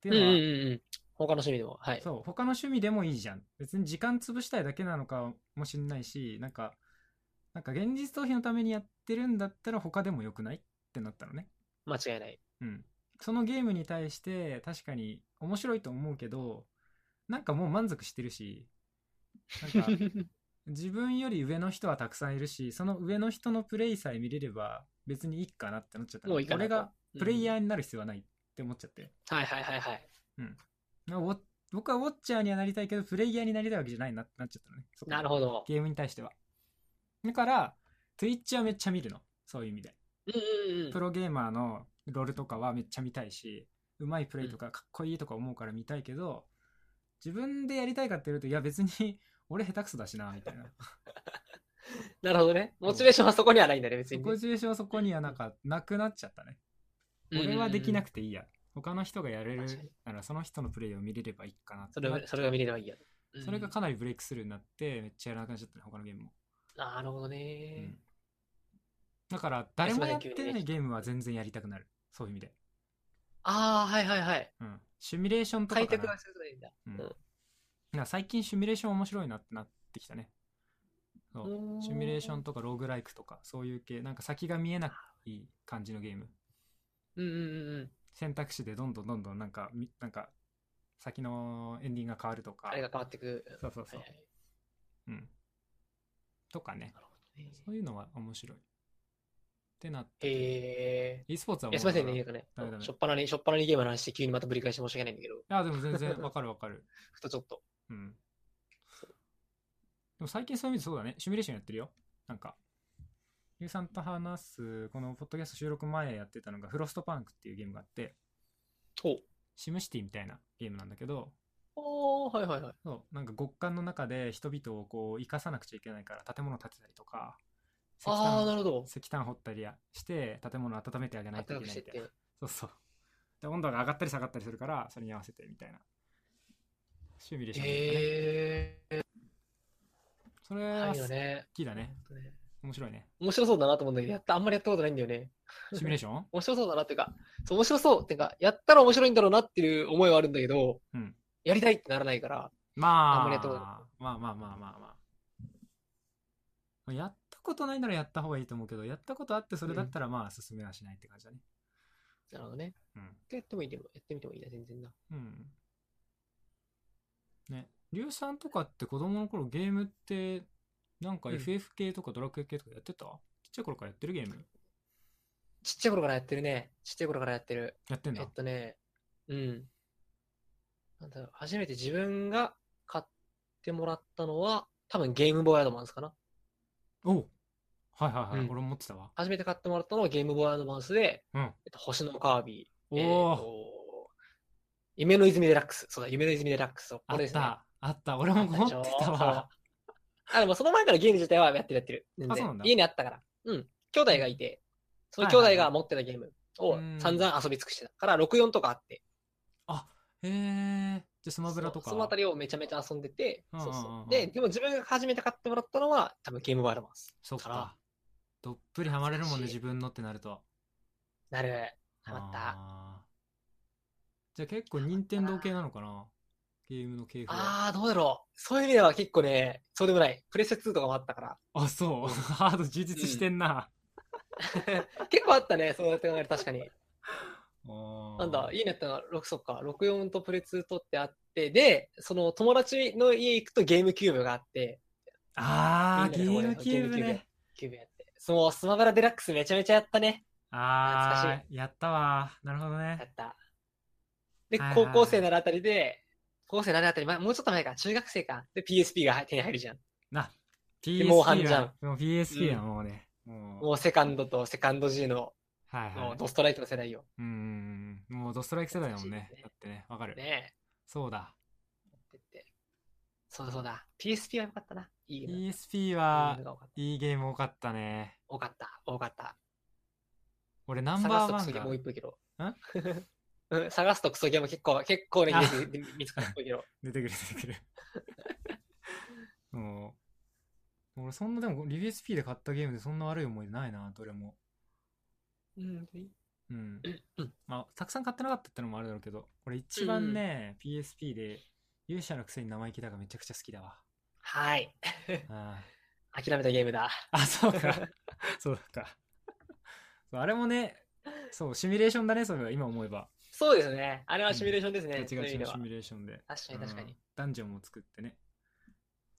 A: て
B: うん
A: いううんのは、
B: うんうん。他の趣味でも。はい。
A: そう他の趣味でもいいじゃん別に時間潰したいだけなのかもしれないしなんかなんか現実逃避のためにやってるんだったら他でもよくないってなったのね
B: 間違いない。
A: うん、そのゲームに対して確かに面白いと思うけどなんかもう満足してるしなん
B: (laughs)
A: か自分より上の人はたくさんいるしその上の人のプレイさえ見れれば別にいいかなってなっちゃった
B: もういいかな
A: 俺
B: と
A: がプレイヤー
B: ー。
A: になる必要はないって思っちゃって、
B: はいはいはいはい。
A: なウォ僕はウォッチャーにはなりたいけどプレイヤーになりたいわけじゃないなってなっちゃったのねそこで
B: なるほど。
A: ゲームに対してはだから Twitch はめっちゃ見るのそういう意味で
B: うんうんうん
A: プ。ロゲーマーのロルとかはめっちゃ見たいし、うまいプレイとかかっこいいとか思うから見たいけど、自分でやりたいかって言うと、いや別に (laughs) 俺下手くそだしな、みた
B: (laughs)
A: いな。
B: なるほどね。モチベーションはそこにはないんだね、別
A: そ
B: にね。
A: こ自身はそこにはなんかなくなっちゃったね。俺はできなくていいや。他の人がやれる
B: 確かに
A: ならその人のプレイを見れればいいかなって
B: そ
A: な
B: れ
A: っ
B: はそれが見れればいいや。
A: それが
B: か
A: かなりブレイクスルーになって、めっちゃやらなくなっちゃったね、他のゲームも。
B: なるほど
A: う
B: ね
A: ん。だから、誰もやって
B: それ
A: な
B: はい急にね
A: ゲームは全然やりたくなる。そういう意味で。
B: ああ、はいはいはい。
A: うん。シミュレーションとか
B: 開
A: か
B: 拓
A: な
B: がするといいんだ。
A: うん
B: ん
A: なんか最近シミュレーション面白いなってなってきたね。そうシミュレーションとかローグライクとかそういう系なんか先が見えない感じのゲーム
B: うんうんうんうん。
A: 選択肢でどんどんどんどんなんかみなんか先のエンディングが変わるとか
B: あれが変わってく。
A: そうそうそう、
B: はいはい
A: うんとかね
B: なるほどね
A: そういうのは面白いってなって
B: へえ。
A: e スポーツはいも
B: や、
A: う
B: すみませ
A: だ
B: んね、な
A: か
B: んかね
A: ダメダ。メ
B: しょっぱなに、しょっぱなにゲームの話して急にまたぶり返して申し訳ないんだけど、
A: らいやでも全
B: (laughs)
A: 然わかるわかる
B: ふとちょっと。
A: うんでも最近そういう意味でそうだねシミュレーションやってるよなんかゆうさんと話すこのポッドキャスト収録前やってたのがフロストパンクっていうゲームがあって
B: お
A: シムシティみたいなゲームなんだけど
B: おーはいはいはい。
A: そうなんか極寒の中で人々をこう生かさなくちゃいけないから建物建てたりとか石
B: ああ、な
A: 炭
B: るほど。
A: 石炭掘ったりやして建物を温めてあげないとい
B: 暖か
A: け
B: く
A: な
B: し
A: い
B: て
A: み
B: った
A: い
B: て
A: な。そうそうで温度が上がったり下がったりするからそれに合わせてみたいなシミュレーションだったね
B: へえ。
A: それ
B: は
A: はい
B: よ
A: 好
B: ね。
A: きだね面白い
B: (laughs)
A: ね
B: 面白そうだなと思うんだけど、やった、あんまりやったことないんだ
A: (laughs)
B: よね。
A: シミュレーション
B: 面白そうだなっていうか、そう、面白そうっていうか、やったら面白いんだろうなっていう思いはあるんだけど、
A: うん
B: やりたいってならないから、
A: まあ
B: あんまりやったことない
A: まあまあまあまあまあやったことないならやった方がいいと思うけどやったことあってそれだったらまあ進めはしないって感じだね
B: なるほどね。
A: うん
B: やってもいいでも、やってみてもいいな、全然な。
A: うん。ね、硫酸とかって子供の頃ゲームって、なんか
B: うん
A: FF 系とかドラクエ系とかやってた、ちっちゃい頃からやってるゲーム
B: ちっちゃい頃からやってるね。ちっちゃい頃からやってる。
A: やってん
B: え
A: だ
B: っ。とね、うん。なんだろう初めて自分が買ってもらったのは、多分ゲームボーイアドバンスかな。
A: おうはいはいはい、
B: うん
A: 俺も持ってたわ。
B: 初めて買ってもらったのはゲームボーイアドバンスで、
A: うん。
B: えっと、星のカービィ、
A: お
B: えー
A: お、
B: と夢の泉デラックス。そうだ、夢の泉デラックス。そうこ
A: あっ
B: れですね。
A: た、あった、俺も持ってたわ。
B: そうあ、でもその前からゲーム自体はやってるやってる。全然
A: あそうなんだ
B: 家にあったから。うん。兄弟がいて、その
A: は
B: 兄
A: いはいはい
B: 弟が持ってたゲームを
A: うん
B: 散々遊び尽くしてたから、64とかあって、
A: へえ。じゃあスマブラと
B: そ
A: か。
B: うそのあたりをめちゃめちゃ遊んでて、
A: うんうん
B: そ
A: うん
B: う
A: うん
B: そう。で、でも自分が初めて買ってもらったのは、多分ゲームボーイアドバンス。
A: そっ
B: か。
A: からどっぷりハマれるもんね、
B: 懐かしい
A: 自分のってなると。
B: なる。ハマった。あ
A: あーじゃあ結構任天堂系なのかなゲームの系譜は。
B: あー、どうだろう。そういう意味では結構ね、そうでもない。プレステ2とかもあったから。 (laughs)
A: あ、そう。 (laughs) ハード充実してんな。
B: 結構あったね、そうやって考えると確かに。な
A: なん
B: だ、家にあったのが、6そっか、64とプレ2とってあって、で、その友達の家行くとゲームキューブがあって、
A: あー、ゲ
B: み
A: ー
B: んなで
A: ムキューブ
B: ゲームキューブや
A: ね。
B: キューブやって。そう、スマブラデラックスめちゃめちゃやったね。懐
A: あ
B: か
A: ー、やったわー。なるほど
B: や
A: ね。
B: った。で
A: はい、はい
B: 高
A: はい
B: 校生ならあたりで、高校生ならあたり、まあ、もうちょっと前か、中学生か。で、PSP が手に入るじゃん。
A: な、
B: モンハンじゃん
A: はもう PSP
B: うん
A: はもうね。もう、
B: もうセカンドとセカンド G の、
A: はい
B: も
A: は
B: う
A: い。
B: ドストライクの世代よ。
A: うんうんうん。もうドストライク世代だもんね
B: 懐かしいね。
A: だってね、わかる。
B: ね
A: そうだ。
B: え。ってってそうだそうだ。PSP は良かったな。いいね。
A: PSP
B: 多
A: は、
B: かった
A: いいゲーム多かったね。
B: 多かった。多かった。
A: 俺、ナン
B: 探
A: バ
B: す
A: ー
B: と
A: ワ
B: ク
A: ン
B: ソゲー
A: が
B: もう一歩けど。うん探すとクソゲーも結構、結構ね、
A: あ
B: 見て見つかるっぽいけど。
A: 出てくる、出てくる。もう、俺、そんな、でも、リビ SP で買ったゲームでそんな悪い思い出ないな、どれも。
B: うん。
A: うん
B: うん
A: まあ、たくさん買ってなかったってのもあるだろうけど、これ一番ね、PSP で勇者のくせに生意気だがめちゃくちゃ好きだわ。
B: はい。
A: あ
B: 諦めたゲームだ。
A: ーあ、そうか。 (laughs) そうか。そうあれもね、そう、シミュレーションだね、それは今思えば。
B: そうですね。あれはシミュレーションですね。
A: ガ
B: そ
A: チ
B: う
A: ガ
B: い
A: チ
B: う意味で
A: の
B: は
A: シミュレーションで。
B: 確かに確かに。
A: うんダンジョンも作ってね。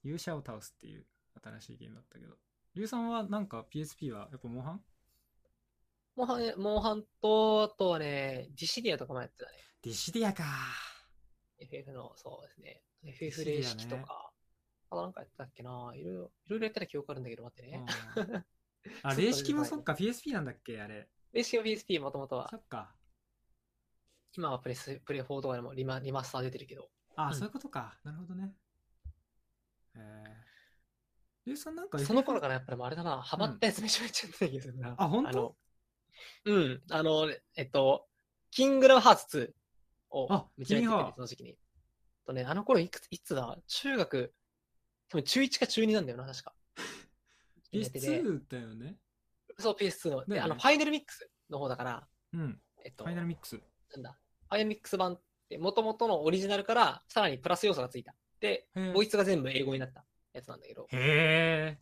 A: 勇者を倒すっていう新しいゲームだったけど。リュウさんはなんか PSP はやっぱモンハン
B: モンハン、モンハンと、あとはね、ディシディアとかもやってたね。
A: ディシディアか。
B: FF の、そうですね。
A: ィシ
B: FF
A: ディアね
B: 零式とか。あとなんかやってたっけないろいろ、いろいろやってた記憶あるんだけど、待ってね。
A: (laughs) うんあ、
B: ちょっとね
A: 霊式もそっか、PSP なんだっけあれ。
B: レシオ PSP もともとは
A: そ、っか。
B: 今はプレス、プレ4とかでもリマリマスター出てるけど。
A: あ、
B: うん
A: そういうことか。なるほどね。えー、ゆうさんなんか
B: その頃
A: か
B: からやっぱりもうあれだな、ハマったやつめちゃめちゃやってた気がするな。
A: あ本当
B: のうん、あの、えっと、キングダムハーツ2を
A: あ
B: めちゃめちゃやっ
A: 君
B: てて
A: は
B: その時期に。とね、あの頃いくつ、いつだ中学、多分中1か中2なんだよな、確
A: (laughs)
B: か。やってて
A: PS2 だよね。
B: そう、PS2 の。
A: だよね
B: で、あの、ファイナルミックスの方だから、
A: うん。
B: えっ
A: フ
B: と、
A: ァイナル
B: なんだ、
A: ミックス。
B: ファイナルミックス版って、元々のオリジナルから、さらにプラス要素がついた。で、
A: へー
B: ボイスが全部英語になったやつなんだけど、
A: へ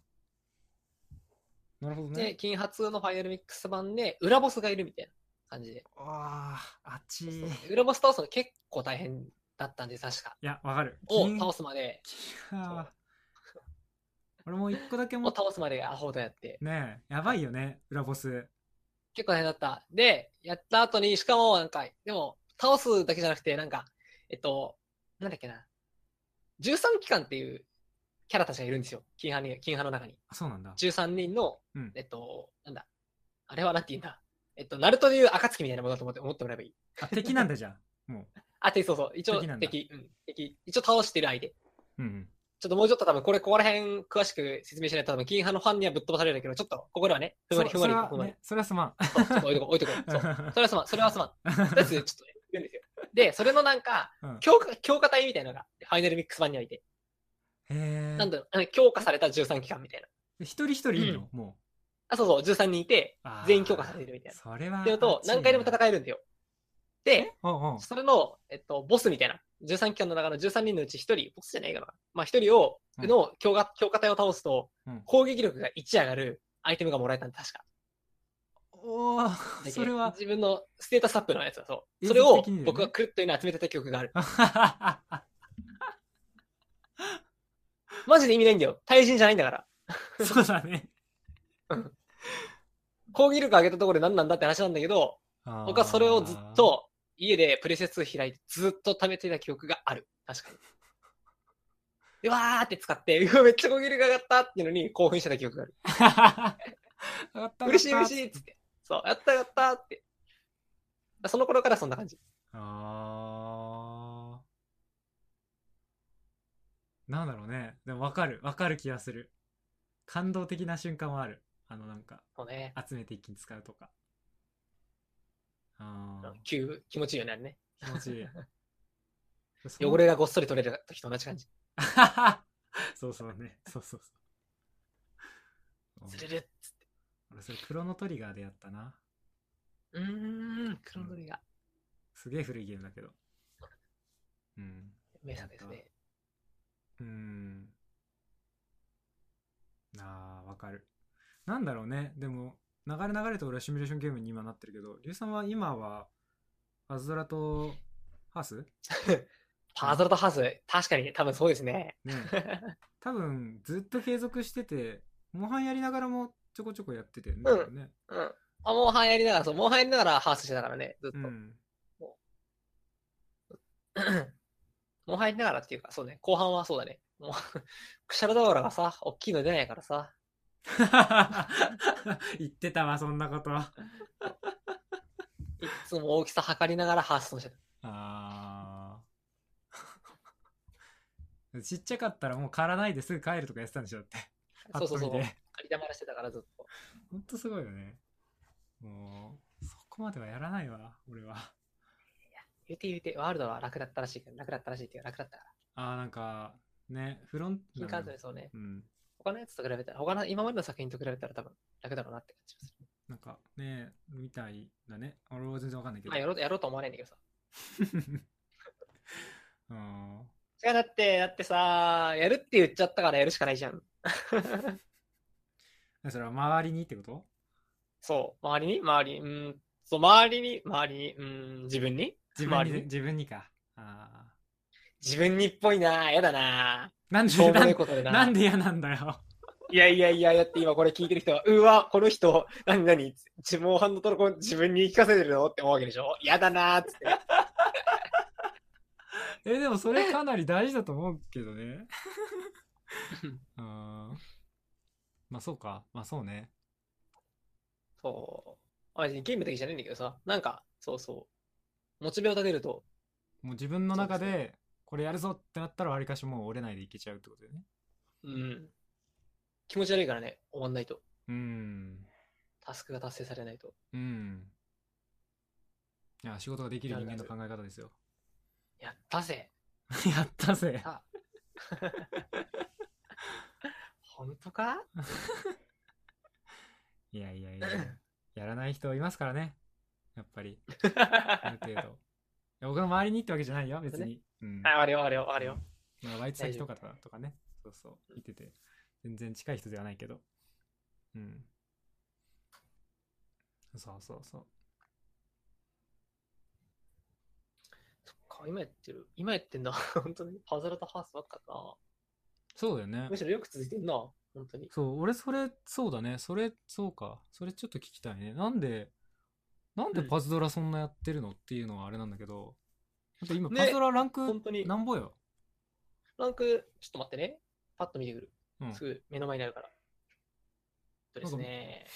A: なるほど
B: で、
A: ね。
B: 金髪のファイナルミックス版で、裏ボスがいるみたいな感じで。
A: ああ、あっちい。い
B: 裏ボス倒すの結構大変だったんで、確か。
A: や、わかる。
B: を
A: 金
B: 倒すまで、
A: あー俺も一個だけ
B: を
A: も、
B: 倒すまでアホだやって。
A: ねえ、やばいよね、裏ボス。
B: 結構大変だった。で、やった後に、しかもなんか、でも、倒すだけじゃなくて、なんか、えっと、なんだっけな。13機関っていうキャラたちがいるんですよ。金派に、金派の中に。
A: あそうなんだ。
B: 13人の、
A: うん
B: えっと、なんだ。あれはなんて言うんだ。えっと、ナルトでいう暁みたいなものだと思って思ってもらえばいい。
A: あ、敵なんだじゃん。も
B: あ、敵、そうそう。一応
A: 敵なんだ
B: 敵、うん、敵。一応倒してる相手。
A: う。うん
B: ちょっともうちょっと多分これ、ここら辺詳しく説明しないと多分、金派のファンにはぶっ飛ばされるんだけど、ちょっと、ここでは (laughs) ね、
A: うん。
B: ふんわり
A: そ
B: ふん
A: それ
B: わり、
A: は
B: ふんわり
A: ね。、それはすまん。
B: そうちょっと置いとこう、置いとこう。 (laughs) そう。それはすまん、それはす (laughs) まん。とりあえず、ちょっとね、言うんですよ。で、それのなんか、
A: うん
B: 強化、強化隊みたいなのが、ファイナルミックス版にはいて、
A: へえ
B: なんだろう、あの強化された13機関みたいな。
A: 一人一人いいの、も
B: あ、そうそう、13人いて
A: あ、ー。
B: 全員強化されてるみたいうな。
A: それは。
B: っていうと、何回でも戦えるんだよ。
A: え
B: で、
A: おうおう
B: それの、えっと、ボスみたいな、13機関の中の13人のうち1人、ボスじゃないかな。まあ、1人を、
A: うん
B: の強化、強化隊を倒すと、
A: うん
B: 攻撃力が1上がるアイテムがもらえたんで、確か。
A: おー
B: だけ
A: それ
B: (laughs)
A: は。 (laughs)
B: 自分のステータスアップのやつだ、そう。
A: 永
B: それ
A: 続
B: を
A: 的にだよね
B: 僕がくるっというのを集めてた記憶がある。マジで意味ないんだよ。対人じゃないんだから。
A: そうだね。
B: 攻撃力上げたところで何なんだって話なんだけど、僕
A: 僕
B: はそれをずっ。と家でプレセ2開いてずっと貯めてた記憶がある。確
A: (laughs)
B: かに。でわーって使って、うわ、めっちゃ攻撃力上がったっていうのに興奮してた記憶がある。嬉しい嬉し
A: い。
B: いっつって。そう、やったやったって。その頃からそんな感じ。
A: あーなんだろうね。でも分かる。分かる気がする。感動的な瞬間はある。あの、なんか、
B: そうね。
A: 集めて一気に使うとか。あー
B: 気気持ちいいよね、あれね。
A: 気持
B: (laughs)
A: ちいい。そん
B: 汚れがごっそり取れる時と同じ感じ。
A: (laughs) そうそうね。そうそうそう。
B: ずれるっつって。
A: 俺それクロノトリガーでやったな。
B: うーん、黒塗りが
A: すげえ古いゲームだけど。うん。
B: 名作ですね。
A: うん。ああ、わかる。なんだろうね。でも、流れ流れと俺はシミュレーションゲームに今なってるけど、リュウさんは今は、アズドラとハース
B: パズルとハウス、確かに多分そうですね。
A: ね
B: (laughs)
A: 多分、ずっと継続してて、モンハンやりながらもちょこちょこやってて、ね、ね。
B: うん。あ、モンハンやりながら、そう、モンハンやりながらハースしてたからね、ずっ
A: う
B: (clears throat) と。
A: ん。 (laughs)
B: モンハンやりながらっていうか、そうね、後半はそうだね。もう、 (laughs) クシャラダワラがさ、大きいの出ないからさ、
A: 言ってたわ、そんなこと。あ
B: いっつも大きさ測りながらハーストンしてた。
A: あ
B: (laughs)
A: ー。ちっちゃかったらもう狩らないですぐ帰るとかやってたんでしょだって。
B: そうそうそう。
A: パッと
B: 借
A: 見て
B: りたまらしてたからずっと。
A: ほんとすごいよね。もう、そこまではやらないわ、俺は。
B: 言うて言うて、ワールドは楽だったらしいけど、楽だったらしいっていうか楽だったから。
A: ああ、なんか、ね、フロント
B: 金管でそうね。
A: うん。
B: 他のやつと比べたら、他の今までの作品と比べたら多分楽だろうなって感じがする。
A: なんか、ね、みたいだね。俺は全然わかんないけど
B: まあ、。やろう、やろうと思わないんだけどさ。
A: うん。
B: 違う、だって、だってさ、やるって言っちゃったからやるしかないじゃん。
A: それは周りにってこと
B: そう、周りに周りに、うん、そう、周りに、周りに、うん、自分に
A: 自分
B: 周り
A: に、
B: に
A: 自分にか。ああ。
B: 自分にっぽいなや
A: (laughs)
B: だな
A: なん
B: しょ
A: で、
B: う
A: な
B: もなんいことでな
A: なんで嫌なんだよ。 (laughs)
B: いやいやいや、だって今これ聞いてる人は、うわ、この人、なになに、自分をハンドトルコン自分に言い聞かせてるのって思うわけでしょやだなーっつって。
A: えでもそれかなり大事だと思うけどね (laughs) うーんまあそうかまあそうね
B: そう。あゲームだけじゃないんだけどさ、なんか、そうそう。モチベを立てると、
A: もう自分の中
B: そう
A: でこれやるぞってなったらわりかしもう折れないでいけちゃうってことだよね
B: うん。気持ち悪いからね、終わんないと。
A: うーん
B: タスクが達成されないと。
A: うんいや仕事ができる人間の考え方ですよ
B: やったぜ。
A: (laughs) やった (laughs) ぜ
B: あ本当か
A: いやいやいややらない人いますからねやっぱりある程度いや僕の周りにってわけじゃないよ別に、うん、
B: あ、あるよ、あるよ、あるよ。
A: まあ、バイト先とかとかね、そうそう、見てて、全然近い人ではないけど、うん。そうそうそう。
B: そっか、今やってる。今やってんだ。本当に。パズルとハースばっかだな。
A: そうだよね
B: む。しろよく続いてんな。本当に。
A: そう、俺それ、そうだね。それ、そうか。それちょっと聞きたいね。なんで、なんで
B: うん
A: パズドラそんなやってるのっていうのはあれなんだけど、だって今
B: ね
A: パズドララン
B: 本
A: ク
B: 当に。
A: なんぼよ。
B: ランク、ちょっと待ってね。パッと見てくる。
A: うん
B: すぐ目の前にあるから。そうですね。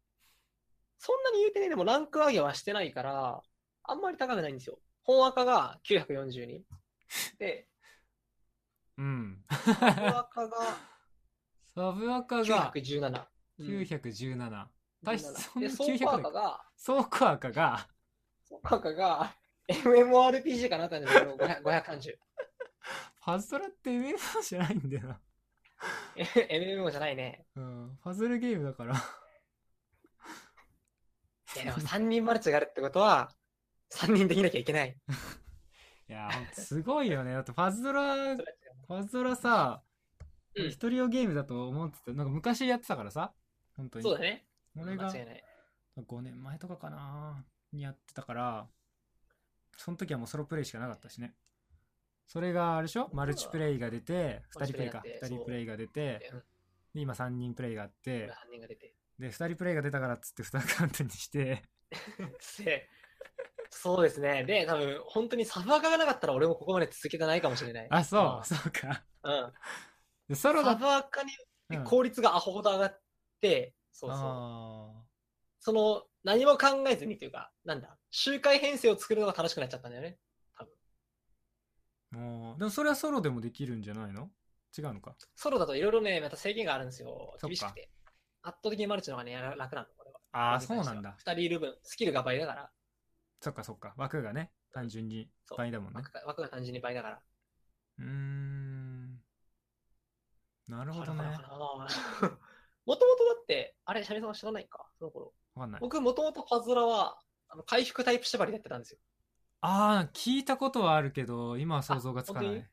B: (laughs) そんなに言うてね、でもランク上げはしてないから、あんまり高くないんですよ。本赤が942。で、
A: うん。 (laughs)
B: 本赤が
A: サブアカが
B: 917。うん
A: 917。大してそんな
B: で、総合赤
A: 900だ。
B: が、
A: ソークアカが、
B: 総合赤が、MMORPG かなったんだけど、500 530。 (laughs)
A: パズドラって MMO じゃないんだよな。
B: MMO じゃないね。
A: うん。パズルゲームだから。
B: いや、でも3人マルチがあるってことは、3人できなきゃいけない。
A: いやー、ほんとすごいよね。だってパズドラ
B: そ、れは違う
A: パズドラさ、
B: うん
A: 一人用ゲームだと思ってた。なんか昔やってたからさ。本当に。
B: そうだね。
A: 俺が
B: 間違いない。
A: 5年前とかかなにやってたから、その時はもうソロプレイしかなかったしね。それがあれでしょマルチプレイが出て、
B: マ
A: 2
B: ル
A: 人
B: チプ
A: プ
B: レ
A: レ
B: イ
A: イ
B: があっ
A: か。
B: て
A: 2人プレイが出て、
B: うん
A: で今3人プレイがあって、
B: 犯人が出て。
A: で、2人プレイが出たからっつって2アカウントにして、
B: でそうですね。で、多分、本当にサブアカがなかったら俺もここまで続けてないかもしれない。
A: あ、そう、そうか。
B: うん。
A: でソロだ
B: サ
A: っ
B: ブアカに
A: たら、
B: 効率がアホほど上がって、そうそう。
A: あ
B: その、何も考えずにというか、なんだ、周回編成を作るのが楽しくなっちゃったんだよね。
A: あ。もう、でもそれはソロでもできるんじゃないの違うのか。
B: ソロだといろいろね、また制限があるんですよ。
A: そっか
B: 厳しくて。圧倒的にマルチの方がね、やら楽なの、これは。
A: ああ、そうなんだ。
B: 二人いる分、スキルが倍だから、
A: そっかそっか。枠がね、単純に
B: そう
A: 倍だもんね。
B: 枠が枠が単純に倍だから。
A: うーん。なるほどね。
B: な (laughs)
A: わ
B: かなかなもともとだって、あれ、シャミさんは知らないか、その頃。
A: かんない。
B: (laughs) 僕、もともとパズドラは、あの回復タイプ縛りでやってたんで
A: (laughs)
B: すよ。
A: ああ、聞いたことはあるけど、今は想像がつかな
B: あ
A: い。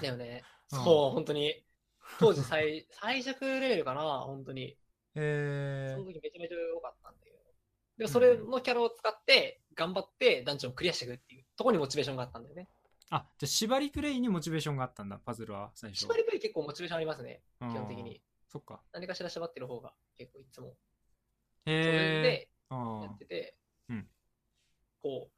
B: だよね。
A: うん
B: そう、本当に。当
A: (laughs)
B: 時最、最弱レベルかな、本当に。そ
A: え
B: の
A: ー、
B: 時めちゃめちゃ良かったんだけど。でも、それのキャラを使って、頑張ってダンジョンをクリアしていくっていうところにモチベーションがあったんだよね。
A: あ、じゃあ縛りプレイにモチベーションがあったんだ、パズルは最初。
B: 縛りプレイ結構モチベーションありますね、
A: 基
B: 基本的に。。
A: そっか。
B: 何かしら縛ってる方が結構いつも。それ
A: え
B: で
A: ー、あ
B: やってて、
A: うん
B: こう、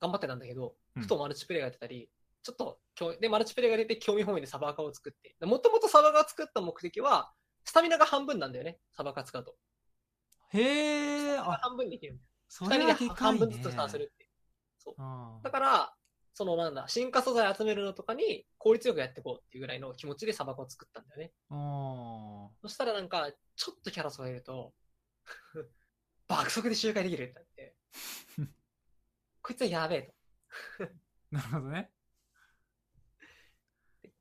B: 頑張ってたんだけど、
A: うん
B: ふとマルチプレイがやってたり、ちょっと興、で、マルチプレイが出て興味本位でサバーカーを作って、もともとサバーカーを作った目的は、スタミナが半分なんだよね、サバーカー使うと。
A: ーへえ、あ、
B: 半分にできるんだよ。
A: そ
B: 二
A: れ
B: 人
A: は
B: で
A: でかい
B: 半
A: ね。
B: 分ずつ負担するっていう。
A: あー
B: だから、そのなんだ、進化素材集めるのとかに効率よくやっていこうっていうぐらいの気持ちでサバーカーを作ったんだよね。
A: あ
B: そしたらなんか、ちょっとキャラ添えると、 (laughs) 爆速で周回できるって
A: (laughs)
B: なって、こいつはやべえと。
A: ー。なるほどね。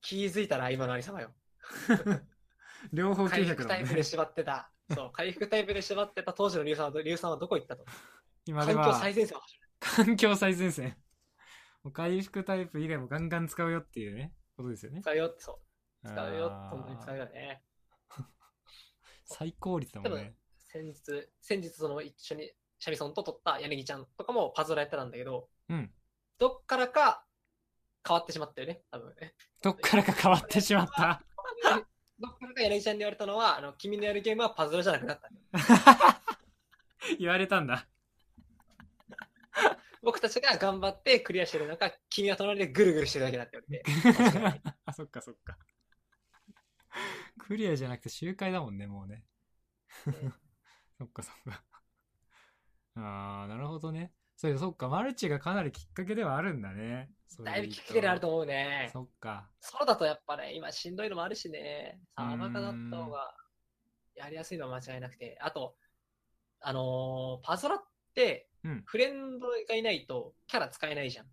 B: 気づいたら今のありさまよ。
A: 両方
B: 回
A: 900
B: 復タ
A: だ
B: イ
A: もん
B: プで
A: ね。
B: 縛ってた。そう、 (laughs) 回復タイプで縛ってた当時のリュウさんは、リュウさんはどこ行ったと。
A: 今で
B: 環境
A: は
B: 最前線を走る。
A: 環境最前線。もう回復タイプ以外もガンガン使うよっていうね、ことですよね。
B: 使うよ、そう。使うよ、
A: あー
B: 本当に使うよね。
A: 最高率だもんね。
B: 先日、先日その一緒にシャミソンと撮った柳ちゃんとかもパズドラやってたんだけど、
A: うん。
B: どっからか変わってしまったよね、多分ね。
A: どっからか変わってしまった。
B: どっからか柳ちゃんに言われたのは、あの、君のやるゲームはパズドラじゃなくなった。
A: 言われたんだ。 (laughs)
B: 僕たちが頑張ってクリアしてる中、君は隣でぐるぐるしてるだけだって
A: (laughs)
B: 言われて
A: あ、そっかそっか。クリアじゃなくて周回だもんね、もうね。
B: うん。
A: (laughs) そっかそっか。あー、なるほどね。それそっか、マルチがかなりきっかけではあるんだね。それ
B: だい
A: で
B: ぶ
A: 言う
B: きっかけであると思うね。
A: そっか。
B: ソロだとやっぱね、今しんどいのもあるしね、サーバー化だっ
A: うーん
B: た方がやりやすいのは間違いなくて、あと、あのーパズドラって
A: うん。
B: フレンドがいないとキャラ使えないじゃん。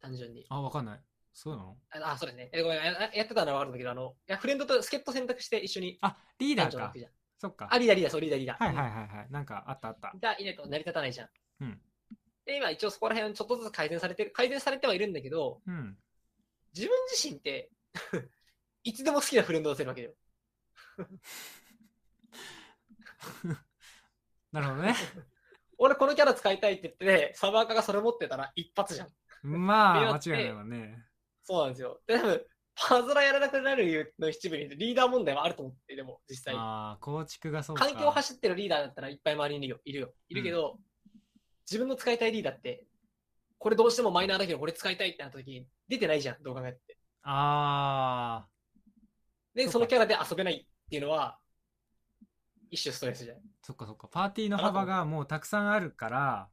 B: 単純に。
A: あ、わかんない。そうなの
B: あ、あそうですね。えごめん、ああやってたのはわかるんだけど、あの、いやフレンドと助っ人選択して一緒に
A: あ、リー
B: ダ
A: ダー
B: ンジョン行
A: か
B: く。じゃん。
A: そっか。
B: あ、リーダー、リーダー、そう、リーダー、リーダー。
A: はいはいはいはい。なんかあったあった。
B: がいないと成り立たないじゃん。
A: うん。
B: で、今一応そこら辺ちょっとずつ改善されてる、改善されてはいるんだけど、
A: うん。
B: 自分自身って、 (laughs) いつでも好きなフレンドを出せるわけだよ。
A: なるほ
B: (laughs)
A: どね。
B: 俺このキャラ使いたいって言って、ね、サーバー化がそれ持ってたら一発じゃん。
A: まあ、
B: って
A: 間違いないわね。
B: そうなんですよ。で、多分、パズラやらなくなる理由の一部にリーダー問題はあると思って、でも、実際。
A: ああ、構築がそうか。
B: 環境を走ってるリーダーだったらいっぱい周りにいるよ。いるよ。いるけど、自分の使いたいリーダーって、これどうしてもマイナーだけど、これ使いたいってなった時に出てないじゃん、どう考えても。
A: ああ、
B: で、
A: そうか
B: そのキャラで遊べないっていうのは、一種ストレスじゃん。
A: そっかそっか。パーティーの幅がもうたくさんあるから、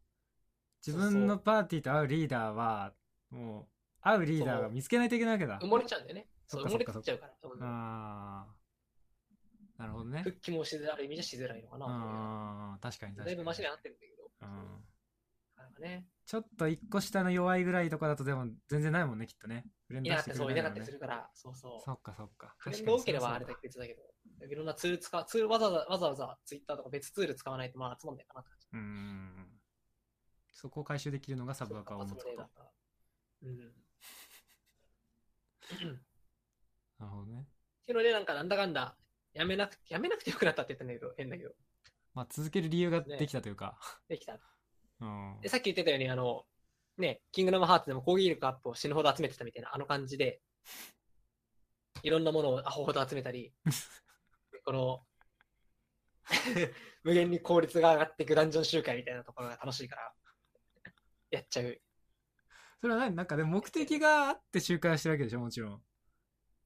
A: 自分のパーティーと合うリーダーは、もう、合うリーダーが見つけないといけないわけだ。
B: 埋もれちゃうんだよね。そ、
A: そうっか
B: 埋
A: そ
B: も
A: っ
B: れ
A: か
B: て
A: そ
B: っ
A: っ
B: ち
A: か
B: ゃうから。多分
A: ああ、なるほどね。
B: 復帰もしづらい、ある意味じゃしづらいのかな。
A: ああ、確かに確かに。
B: だいぶマシになってるんだけど。
A: うん
B: なかなかね。
A: ちょっと一個下の弱いぐらいとかだとでも全然ないもんね、きっとね。フレン
B: い
A: ド
B: なか
A: し
B: っ
A: く
B: てたそう、
A: れ
B: い
A: ない
B: な
A: も
B: か
A: ん
B: っ
A: ね
B: たりす。るから、そうそう。
A: そっかそっか。
B: フレ
A: 確
B: ン
A: か
B: ド
A: に
B: 多ければあれだ
A: そ
B: け別だけど、いろんなツール使う、ツールわざわざ、わざわざツイッターとか別ツール使わないとまあ集まんないかなって感じ。
A: うだうん。そこを回収できるのがサブアカを持つこ
B: そう
A: と
B: か。 (laughs) うん。って
A: なるほどね。
B: いうので、なんかなんだかんだ、やめなくて、やめなくてよくなったって言ったんだけど、変だけど、
A: まあ続ける理由ができたというか。
B: できた。
A: うん。
B: で、さっき言ってたように、あの、ね、キングダムハーツでも攻撃力アップを死ぬほど集めてたみたいな、あの感じで、いろんなものをアホほど集め
A: (laughs)
B: たり、この、 (laughs) 無限に効率が上がっていくダンジョン集会みたいなところが楽しいから、やっちゃう。
A: それは何なんかでも目的があって集会をしてるわけでしょ、もちろん。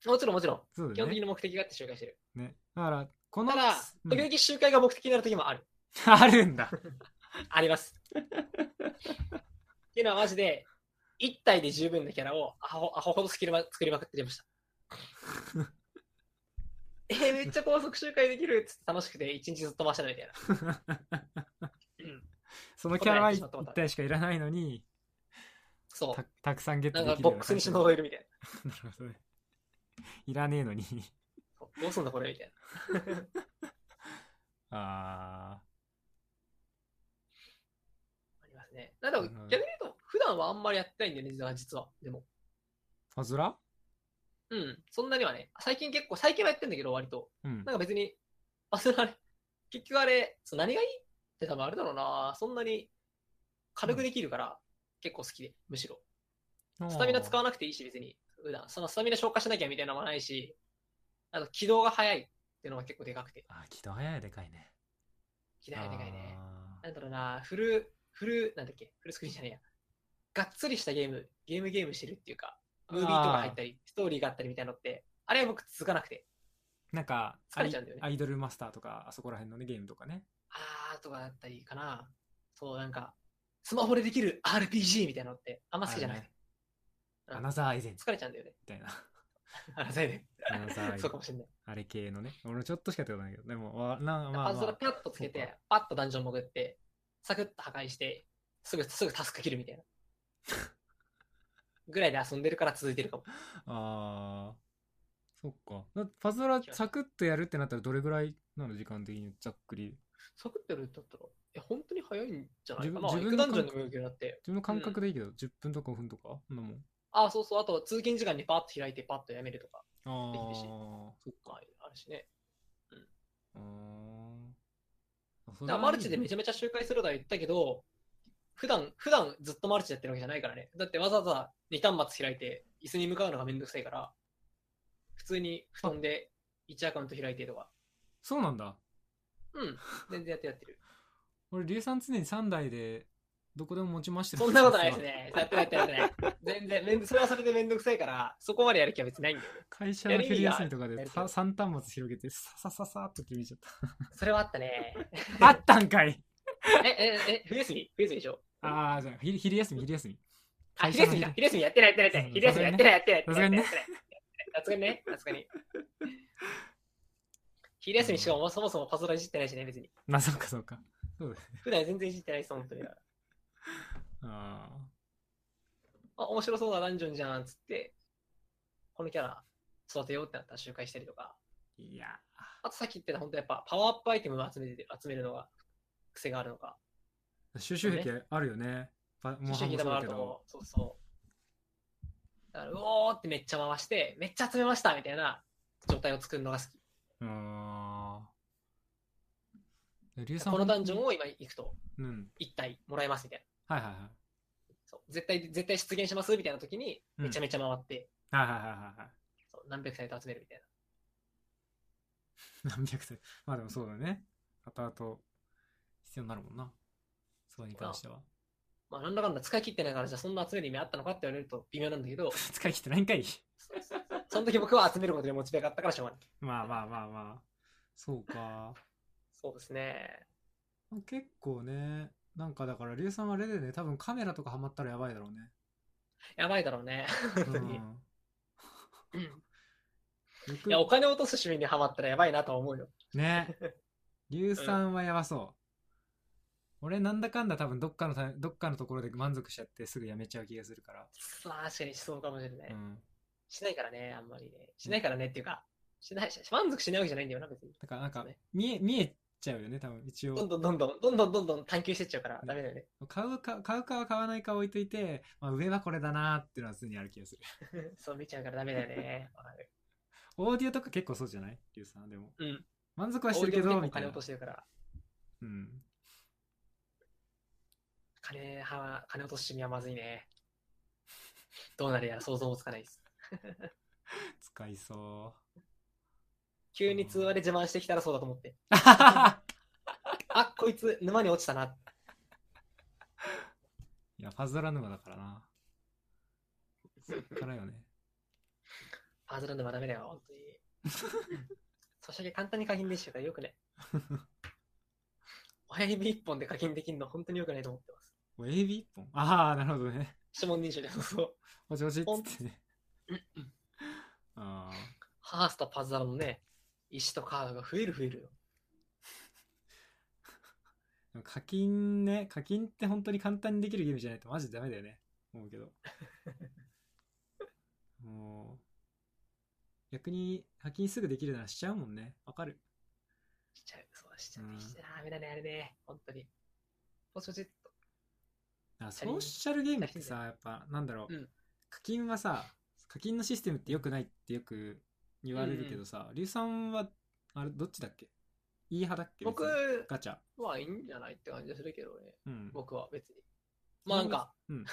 B: もちろんもちろん、
A: そう
B: 基
A: だよ
B: 本
A: ね。
B: 的に目的があって集会してる。
A: ね。だから、この、
B: ただ、
A: うん
B: 時々集会が目的になる時もある。
A: (laughs) あるんだ。
B: あります。っていうのはマジで、1体で十分なキャラをアホアホほどスキルま作りまくってました。 (laughs) えーめっちゃ高速周回できるっつって楽しくて、一日ずっと回してたみたいな。うん
A: そのキャラは
B: ちょっ
A: 一
B: と待って
A: 体しかいらないのに、
B: そ
A: たたくさんゲッ
B: う。な
A: ト
B: ん
A: できるよう
B: かボッ
A: な
B: クス
A: 感
B: に
A: じ。
B: 忍んでるみたいな。
A: なるほどね。いらねえのに。 (laughs)
B: そうどうすんだこれみたいな。
A: あ
B: ありますね。なんかでも
A: うん
B: 逆に言うと、普段はあんまりやってないんだよね、実は。実はでも。
A: ー。パズラ
B: うん。そんなにはね。最近結構、最近はやってんだけど、割と。
A: うん
B: な。んか別に、あ、それあれ、結局あれ、そう何がいいって多分あれだろうな、そんなに軽くできるから、結構好きで、むしろ。スタミナ使わなくていいし、別に、普段、そのスタミナ消化しなきゃみたいなのもないし、あと起動が早いっていうのが結構でかくて、
A: あ、軌道早いでかいね。
B: 嫌いでかいね。
A: あー
B: なんだろうな、フル、フル、なんだっけ、フルスクリーンじゃねえや。がっつりしたゲーム、ゲームゲームしてるっていうか、ムービーとか入ったり、ストーリーがあったりみたいなのって、あれは僕続かなくて、
A: なんか、
B: 疲れちゃうんだよね
A: アイアイドルマスターとか、あそこら辺のね、ゲームとかね。
B: あーとかだったりかな。そう、なんか、スマホでできる RPG みたいなのって、あんま好きじゃない。
A: あるね
B: うん
A: アナザーエデンみ
B: 疲れちゃうんだよね。 (laughs)
A: たいな。
B: あのせいで。
A: アナザーエデン
B: そうか。もしれない。
A: あれ系のね。俺もちょっとしかやったことないけど。でも、わなまあ、ま
B: パズル
A: あ、
B: ピャッとつけ
A: そうか
B: て、パッとダンジョン潜って、サクッと破壊して、すぐ、すぐタスク切る (laughs) みたいな。ぐらいで遊んでるから続いてるかも。
A: あーそっか。だパズラサクッとやるってなったらどれぐらいなの時間的にざっくり。
B: (laughs) サクッてやるんだったら、え、本当に早いんじゃない
A: 自分
B: かまあ、
A: 自
B: 行
A: 分
B: く
A: の
B: ダンジョンでもよくなって。
A: 自分の感覚でいいけど、10分とか5分とかそんなもん。
B: ああ、そうそう。あと、通勤時間にパッと開いて、パッとやめるとか。
A: あ
B: できるし
A: ー
B: そっか。あるしね。
A: うーんあそれはいい
B: だか
A: ね
B: らマルチでめちゃめちゃ周回するとは言ったけど、普段普段ずっとマルチでやってるわけじゃないからね。だってわざわざ2端末開いて、椅子に向かうのがめんどくさいから、普通に布団で1アカウント開いてとか、
A: そうなんだ。
B: うん、全然やってやってる。
A: 俺、硫酸常に3台で、どこでも持ちまして
B: そんなことないです。ね。やってないやってないやってない。全然めんど、それはそれでめんどくさいから、そこまでやる気は別にないんだよね。
A: 会社の昼休みとか
B: や
A: で
B: る気が
A: さ3端末広げて、ささささっと決めちゃっ
B: それ (laughs) はあったね。
A: た。あったんかい
B: え、え、え、冬休み冬休みでしょ
A: ああ、じゃあ、昼昼休み、昼休み。
B: あ、昼休みだ。昼休みやってないやってないやってない。昼休みやってないやってないやってないやってない。さすがにね。さすがに。昼休みしかもそもそもパズドラいじってないしね、別に。
A: まあ、そうか、そうか。
B: 普段全然いじってないです、本当に。
A: ああ。
B: あ、面白そうなダンジョンじゃん、つって。このキャラ育てようってなったら周回したりとか。
A: いや
B: あとさっき言ってた、本当やっぱパワーアップアイテムを集めて集めるのが癖があるのか。
A: ー、収集癖あるよね。パモン
B: 初
A: ハン
B: 心
A: もそう
B: 者玉あ
A: だけ
B: ると
A: ど。
B: 思う。そうそう。だから、うおーってめっちゃ回して、めっちゃ集めましたみたいな状態を作るのが好き。
A: うーん。竜さん
B: このダンジョン
A: を。
B: を今行くと
A: うん。
B: 1体もらえますみたいな。
A: はいはいはい。
B: そう絶対、絶対出現しますみたいな時に、
A: うん
B: めちゃめちゃ回って、
A: はいはいはいはい (laughs) はい。
B: そう何百体と集めるみたいな。
A: 何百歳。まあでもそうだね。後々、必要になるもんな。それに関しては。
B: まあ、なんだかんだ使い切ってないから、じゃあそんな集める意味あったのかって言われると微妙なんだけど、
A: (laughs)
B: (laughs)
A: 使い切ってないんかい。
B: その時僕は集めることでモチベがあったからしょうがない。
A: まあまあまあまあ。そうか。
B: そうですね。
A: まあ結構ね、なんかだから、竜さんはあれでね、多分カメラとかハマったらやばいだ
B: (laughs)
A: ろうね。
B: やばいだろ
A: (laughs)
B: うね。
A: 本
B: 当に
A: よ
B: いや、お
A: く、
B: 金落とす趣味にハマったらやばいなとは思うよ。
A: ね。竜さんはやばそう。俺なんだかんだ多分どっかのタイどっかのところで満足しちゃってすぐやめちゃう気がするから。
B: 確かにしそうかもしれない。
A: うん。
B: しないからね、あんまりね。しないからねっていうか、しないし、満足しないわけじゃないんだよな、別に。
A: だからなんか
B: ね、
A: 見え、見えちゃうよね、多分一応。
B: どんどんどんどん、どんどんどんどん探求してっちゃうから、ダメだよね。
A: 買うか、買うかは買わないか置いといて、まあ、上はこれだなーっていうのは常にある気がする。
B: そう見ちゃうからダメだよ
A: (laughs)
B: ね。わかる
A: オーディオとか結構そうじゃないリュウさん、でも。
B: うん。
A: 満足
B: オ
A: はして
B: ー
A: る
B: ディ
A: け
B: オも
A: ど、
B: 結
A: みた
B: 構
A: い
B: 金
A: な
B: 落と。してるから、
A: うん。
B: 金は、金落とす趣味はまずいね。どうなるやら想像もつかないです。
A: 使いそう。
B: 急に通話で自慢してきたらそうだと思って。あ、こいつ沼に落ちたな。
A: いや、パズドラ沼だからな。そっからよね。
B: パズル沼ダメだよ、本 (laughs) 当に。ソシャゲ簡単に課金できちゃうからよくね。親指一本で課金できるの本当によくないと思ってます。
A: お、AB 一本ああ、なるほどね。
B: 指紋認証でそうそう。
A: おちおちっつってね。ああ。
B: ハースとパズドラのね、石とカードが増える増えるよ。
A: でも課金ね、課金って本当に簡単にできるゲームじゃないとマジでダメだよね。思うけど。もう、逆に課金すぐできるならしちゃうもんね。わかる。
B: しちゃう、そうしちゃう
A: うん。
B: しちゃうダメだね、あれね。本当に。ポチポチっと。
A: あソ
B: ャリン
A: ーシャルゲームってさ、やっぱなんだろう、
B: うん
A: 課金はさ、課金のシステムって良くないってよく言われるけどさ、リュウさんは、あれ、どっちだっけいい派だっけ
B: 僕
A: 別にガチャ。
B: はいいんじゃないって感じがするけどね。
A: うん。
B: 僕は別に。まあなんか、
A: うん。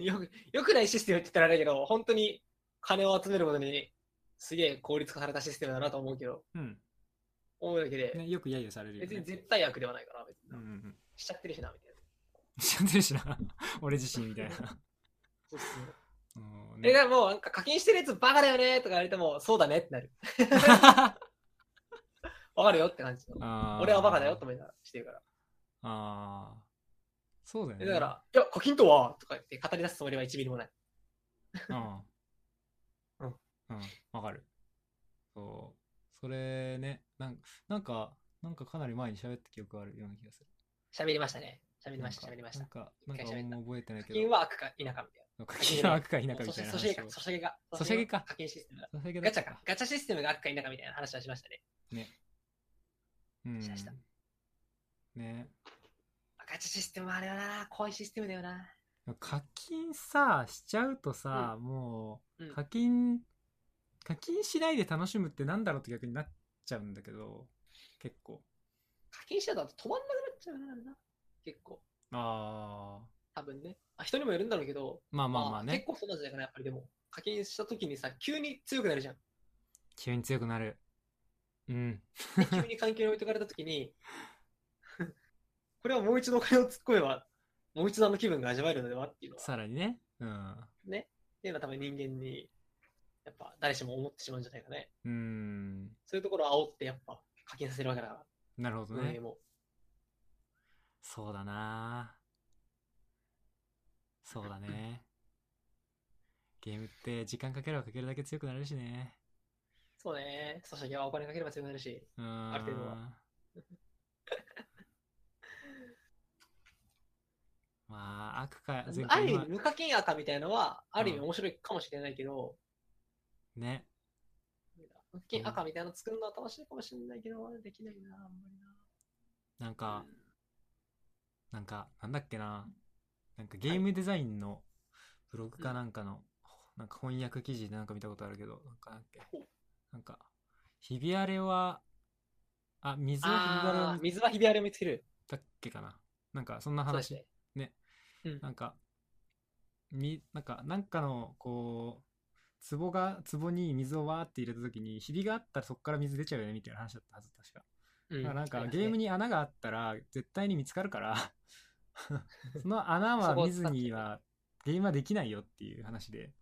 B: (laughs) よく、よくないシステムって言ったらあれだけど、本当に金を集めることにすげえ効率化されたシステムだなと思うけど、
A: うん。
B: 思うだけで、
A: ね、よく揶揄されるよ、ね。
B: 別に絶対悪ではないから、別に
A: うんうんうん。 (laughs)
B: しちゃってるしな、みたいな。
A: 知ってるしな。俺自身みたい
B: (laughs)
A: な。
B: そうそう
A: うん (laughs)
B: え、だからもうなんか課金してるやつバカだよねとか言われても、そうだねってなる。わかるよって感じ。俺はバカだよと思いながらしてるから。
A: あーあー。そうだよ
B: え
A: ね。
B: だから、いや、課金とはとか言って語り出すつもりは1ミリもない。
A: うん。
B: う
A: う
B: ん
A: ん。わかる。そう。それね、なんなんか、なんかかなり前に喋った記憶があるような気がする。
B: 喋りましたね。喋りました、
A: なん
B: 喋
A: か
B: りました
A: なん。か、なんか
B: 一回喋った
A: もう覚えてない
B: 課
A: け
B: 金
A: ど。
B: は悪か否かみたい
A: 課金は悪か否
B: な。
A: かみたいな
B: そし
A: 話
B: て
A: を。
B: そしげが、
A: ソシャゲか
B: 課金システムだ。
A: ソシャゲだ
B: ガ
A: っ
B: チ
A: た
B: ャか。。ガチャシステムが悪か否かみたいな話はしましたね。
A: うん
B: しました。
A: ね。
B: ガチャシステムはあれだな、怖いシステムだよな。
A: 課金さ、しちゃうとさ、も
B: う
A: う、
B: ん
A: 課金、課金しないで楽しむってなんだろうって逆になっちゃうんだけど、結構。
B: 課金しちゃうと止まんなくなっちゃうなあれな、結構。
A: ああ。
B: 多分ね。あ、人にもよるんだろうけど、
A: まあまあまあ
B: 結
A: ね。
B: 構そうなんじゃないかな、やっぱりでも。課金した時にさ、急に強くなるじゃん。
A: 急に強くなる。うん。
B: で急に環境に置いてかれた時に、 (laughs) これはもう一度お金を突っ込めば、もう一度あの気分が味わえるのではっていうのは、
A: さらにね。うん。
B: っていうのは多分人間に、やっぱ誰しも思ってしまうんじゃないかね。
A: うーん。
B: そういうところを煽ってやっぱ課金させるわけだから、
A: なるほど
B: 運営
A: ね。
B: も。
A: そうだなそうだね。ゲームって時間かければかけるだけ強くなれるしね。
B: そうね。ソシャゲはお金かければ強くなるし、
A: うーん。
B: ある程度は
A: (laughs) まあ、悪か、
B: ある
A: 回
B: 意
A: 今
B: 味無課金赤みたいのは、ある意味
A: うん
B: 面白いかもしれないけど、
A: ね。
B: 無課金赤みたいなの作るのは楽しいかもしれないけど、できないな、あんまりな。
A: なんか、なんか、なんだっけな。なんかゲームデザインのブログかなんかの、なんか翻訳記事でなんか見たことあるけど、なんかなんだっけ
B: ほう
A: なんか、ひび割れはあ、水はヒビワ
B: あ
A: レを
B: ー
A: 見
B: 水はひび割れを見つける。
A: たっけかな。なんか、そんな
B: そうです
A: 話。
B: ね。
A: ね
B: うん。
A: なんか、み、なんか、なんかの、こう、壺が、壺に水をわーって入れた時に、ひびがあったらそこから水出ちゃうよね、みたいな話だったはず、確か。
B: う
A: だからなん
B: あ
A: か
B: ります
A: ゲ
B: ね
A: ームに穴があったら絶対に見つかるから
B: (laughs)
A: その穴
B: そ
A: は
B: こを
A: 見ずにはゲームはできないよっていう話で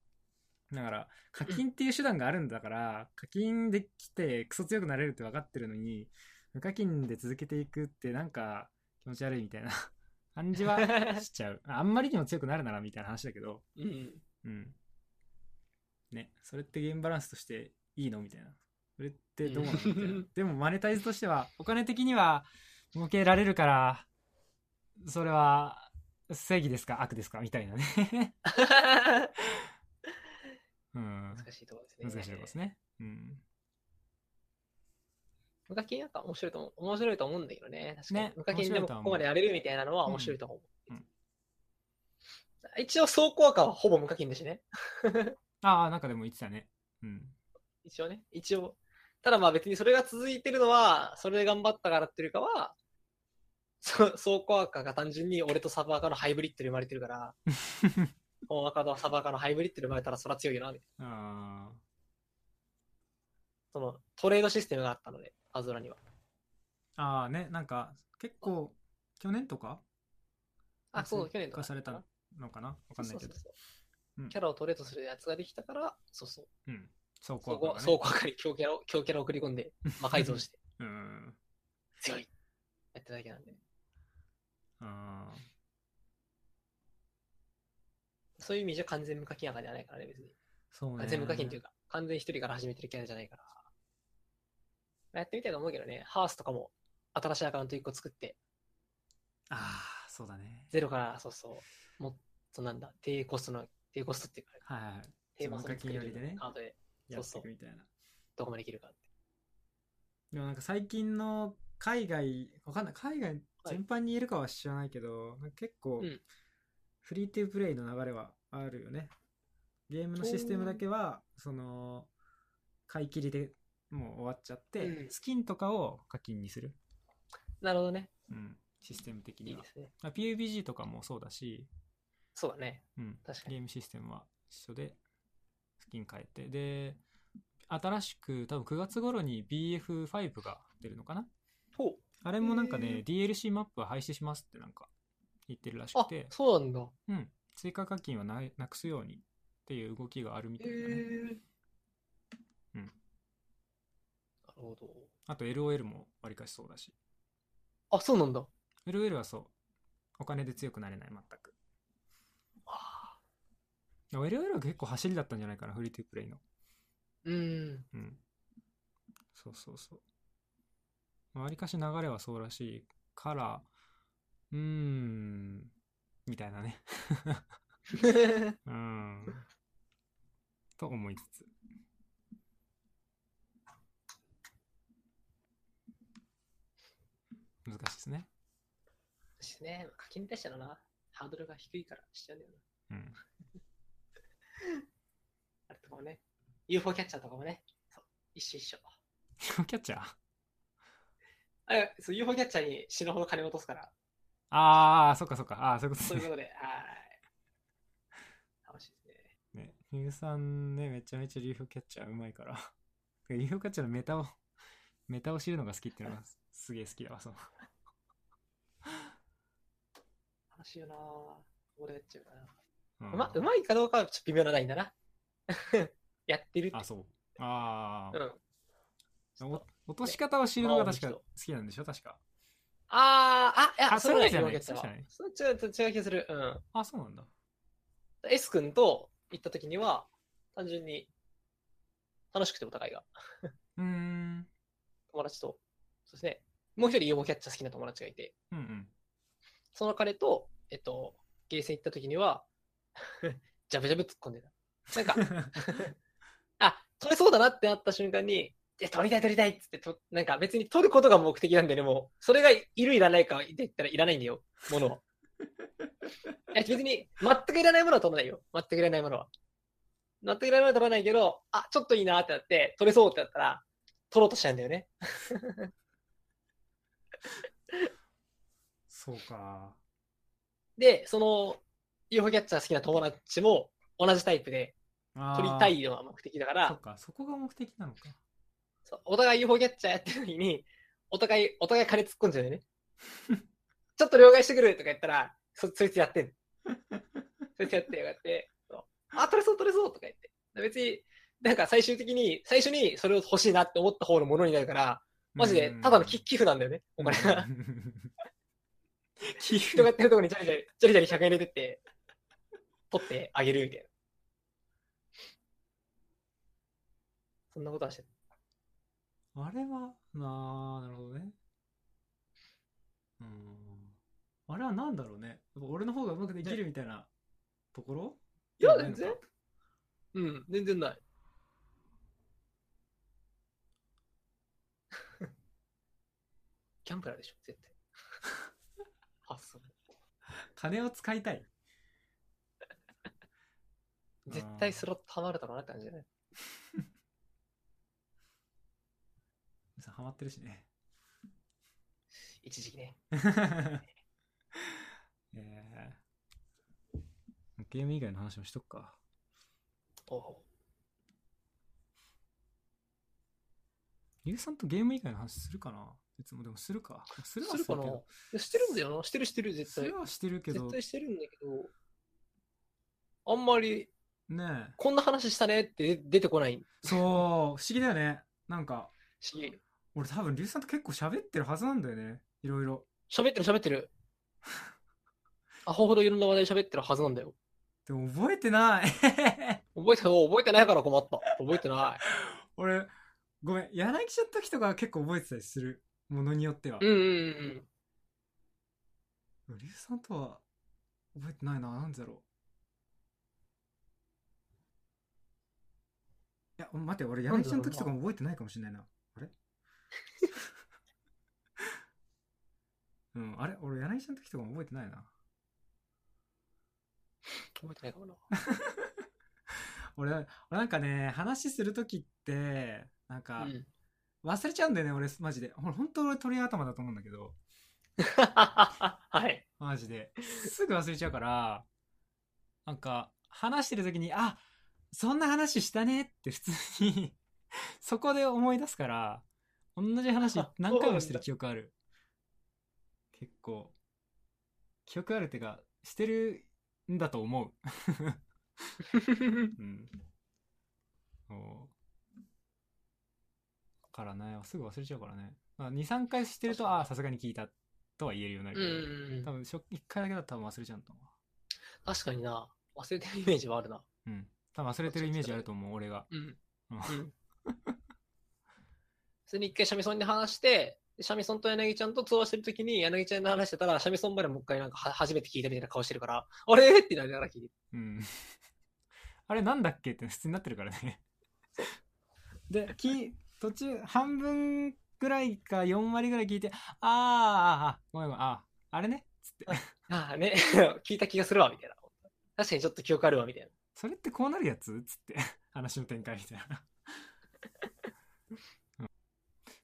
A: だから課金っていう手段があるんだから課金できてクソ強くなれるって分かってるのに無課金で続けていくってなんか気持ち悪いみ
B: (laughs)
A: たいな感じはしちゃうあんまりにも強くなるならみたいな話だけど
B: うん。
A: うんねそれってゲームバランスとしていいのみたいなそれってどうなのみたいな (laughs) でもマネタイズとしてはお金的には儲けられるからそれは正義ですか悪ですかみたいなねうん
B: 難しいところですね。
A: 難しいところですねうん
B: 無課金なんか面白いと思う。面白いと思うんだけどね。確かに
A: ね。
B: 無課金でもここまでやれるみたいなのは面
A: 面
B: 白
A: 白
B: い
A: い
B: と思う。
A: うんうん
B: 一応、総効果はほぼ無課金だしね。
A: ああなんかでも言ってたねうん
B: 一応ね。一応。ただまあ別にそれが続いてるのは、それで頑張ったからっていうよりかは、そ総効果が単純に俺とサバーカーのハイブリッドで生まれてる (laughs) から、本若とサバーカーのハイブリッドで生まれたらそら強いよな、みたいな。
A: ああ
B: そのトレードシステムがあったので、アズラには。
A: ああねなんか結構去年とか
B: あ、そう、去年と
A: 化された
B: わ
A: のかなわかんないけどうん
B: キャラをトレードするやつができたから、そうそう。
A: うんそう
B: そ
A: こ
B: こ、そうこばかり強キャラを、強キャラを送り込んで、魔改
A: (laughs)
B: 造して、
A: うん
B: 強い。やってただけなんで、ね。
A: ああ
B: そういう意味じゃ完全無課金やかではないからね、別に。
A: そうね
B: 完全無課金というか、完全一人から始めてるキャラじゃないから。まあやってみたいと思うけどね、ハースとかも、新しいアカウント1個作って、
A: ああそうだね
B: ゼロから、そうそう、もっとなんだ、低コストの、低コストっていうか、
A: はいはいはい
B: 低マス
A: そ
B: の作
A: の
B: れ
A: 課金よりで
B: る
A: ね
B: アカウントで、
A: やっていくみたいな
B: どこまでできるかって。
A: でもなんか最近の海外わかんない海外全般に言えるかは知らないけど、なんか結構
B: うん
A: フリートゥープレイの流れはあるよねゲームのシステムだけはその買い切りでもう終わっちゃって、
B: うん
A: スキンとかを課金にする、
B: なるほどね。
A: うん、システム的
B: い
A: に
B: い
A: は
B: ですね。
A: まあ PUBG とかもそうだし、
B: そうだね。
A: うん、
B: 確か
A: ゲ
B: に。
A: ームシステムは一緒でスキン変えてで新しく多分9月頃に BF5 が出るのかな
B: ほう。
A: あれもなんか
B: へ
A: ね
B: ー
A: DLC マップは廃止しますってなんか言ってるらし
B: あ
A: くて、
B: そうなんだ。
A: うん、追加課金はななくすようにっていう動きがあるみたいだね、
B: う。
A: うんん
B: なるほど。
A: あと LOL もわりかしそうだし
B: あ、そうなんだ。わ
A: LOL はそうお金で強くなれない全く
B: あ
A: LOL は結構走りだったんじゃないかなフリートゥープレイの
B: (laughs) うん。
A: うん。そうそうそう。まあわりかし流れはそうらしいから、うーん、みたいなね。 (laughs) うーん。と思いつつ。難しいですね。
B: ですね。課金に対してのな、ハードルが低いからしちゃうんだよな。
A: うん。 (laughs)
B: あれとかもね。UFO キャッチャーとかもね。そう。一緒一緒。
A: キャッチャー
B: あれ、そう、UFO キャッチャーに死ぬほど金を落とすから。
A: ああ、そっかそっか。ああ、そういうことです
B: そうい
A: ね。
B: う (laughs) ことで、はーい。楽しいですね。
A: ね、ヒグさんね、めちゃめちゃ流氷キャッチャーうまいから。 (laughs) 流氷キャッチャーのメタを、 (laughs) メタを知るのが好きっていうのがすすげえ好きだわ、その。
B: 楽しいよな俺やっちゃうかな。
A: うん
B: うま、うまいかどうかはちょっと微妙なラインだな。 (laughs) やってるって
A: あ、そう。ああ、
B: うん。
A: お落とし方を知るのが確か好きなんでしょ確か。
B: あー、あ、いや、
A: あ
B: それは
A: そうじゃない
B: 違う気がす
A: そうじ
B: る
A: ゃない
B: それ違う、違う気がする。うん。
A: あ、そうなんだ。
B: S 君と行った時には、単純に、楽しくてお互いが、
A: うーん。
B: 友達と、そうですね。もう一人、ヨモキャッチャー好きな友達がいて、
A: うんうん。 (laughs)
B: その彼と、えっと、ゲーセン行った時には、 (laughs) ジャブジャブ突っ込んでた。なんか、あ、取れそうだなってなった瞬間に、いや、取りたい取りたいっつってと、なんか別に取ることが目的なんだよね、もう。それがいるいらないかって言ったらいらないんだよ、
A: (laughs)
B: ものは。いや、別に、全くいらないものは取らないよ。全くいらないものは。全くいらないものは取らないけど、あ、ちょっといいなってなって、取れそうってなったら、取ろうとしちゃうんだよね。
A: そうか。
B: で、その UFO キャッチャー好きな友達も同じタイプで、
A: あー
B: 取りたいのが目的だか
A: そ
B: ら
A: っ、か、そこが目的なのか。
B: そうお互い UFO キャッチャーやってる時に、お互い、お互い金突っ込んじゃうよ (laughs) ね。ちょっと両替してくるとか言ったら、そそいつやってんの。 (laughs) そいつやって、やがって、そうあ、取れそう取れそうとか言って。別に、なんか最終的に、最初にそれを欲しいなって思った方のものになるから、マジでただの寄寄付なんだよね、お (laughs) 金が。
A: うん。寄付
B: 人がやってるとこにジャリジャリ、ジャリジャリ100円入れてって、取ってあげるみたいな。 (laughs) そんなことはしてる
A: あれは、なあ、なるほどね。うーん。あれはなんだろうね。やっぱ俺の方がうまくできるみたいなところ
B: いや
A: でもないのか
B: 全うん、全然ない。 (laughs) ギャンブラーでしょ、絶対。
A: (laughs)
B: 発想。
A: 金を使いたい。
B: (laughs) 絶対スロットハマるだろうなって感じだね。
A: さハマってるしね。 (laughs)
B: 一時期ね。
A: えーゲーム以外の話もしとくか。
B: おう
A: ゆうさんとゲーム以外の話するかないつもでもするか。するは
B: す
A: する
B: るか
A: け
B: な
A: ど。
B: してるんだよな。してるしてる、絶
A: す
B: 対
A: る。はしてるけど
B: 絶、対してるんだけど、あんまり、
A: ねえ。
B: こんな話したねって出てこない。
A: そう、不思議だよね。なんか、
B: し、
A: 俺多分、リュウさんと結構喋ってるはずなんだよね。いろいろ。
B: 喋ってる喋っ
A: (laughs)
B: てる。アホほどいろんな話題喋ってるはずなんだよ。
A: でも覚えてない。 (laughs)
B: 覚えて、覚えてないから困った。覚えてない。
A: 俺、ごめん。柳ちゃんの時とかは結構覚えてたりする。ものによっては。
B: うんうんうん。
A: リュウさんとは覚えてないな。なんでだろう。いや、待って、俺、柳ちゃんの時とかも覚えてないかもしれないな。あれ (laughs) うん、あれ俺、柳ちゃんの時とかも覚えてないな。
B: 覚えてないかもな。
A: 俺、俺なんかね、話する時って、なんか、
B: (laughs) うん、
A: 忘れちゃうんだよね、俺、マジで。ほら本当俺鳥頭だと思うんだけど、
B: はい。
A: マジで。すぐ忘れちゃうから、なんか、話してる時に、あ、そんな話したねって普通に、そこで思い出すから、同じ話
B: あ
A: 何回もし
B: そう
A: てる
B: なんだ
A: 記憶ある。結構、記憶あるってか、してるんだと思う。うん。そう。からね、すぐ忘れちゃうからね。まあ、2、3回してると、ああー、さすがに聞いたとは言えるようにな
B: うんう
A: る
B: んう
A: けど、
B: ん
A: 多分しょ1回だけだと多分忘れちゃうと思
B: 確かにな、忘れてるイメージはあるな。
A: う。うん。多分忘れてるイメージあると思う、俺が。
B: うん。
A: う
B: うんん、普通に一回シャミソンに話して、でシャミソンと柳ちゃんと通話してるときに柳ちゃんの話してたら、シャミソンまでもう一回なんかは初めて聞いたみたいな顔してるから、あれってなりながら聞いてる。
A: うん。 (laughs) あれなんだっけって普通になってるからね。 (laughs) で、き、途中、半分ぐらいか4割ぐらい聞いて、あーあー、あーごめんごめん、あーあれね、つって。
B: ああね、 (laughs) 聞いた気がするわ、みたいな。確かにちょっと記憶あるわ、みたいな。
A: それってこうなるやつつって、 (laughs) 話の展開みたいな。
B: (laughs)
A: うん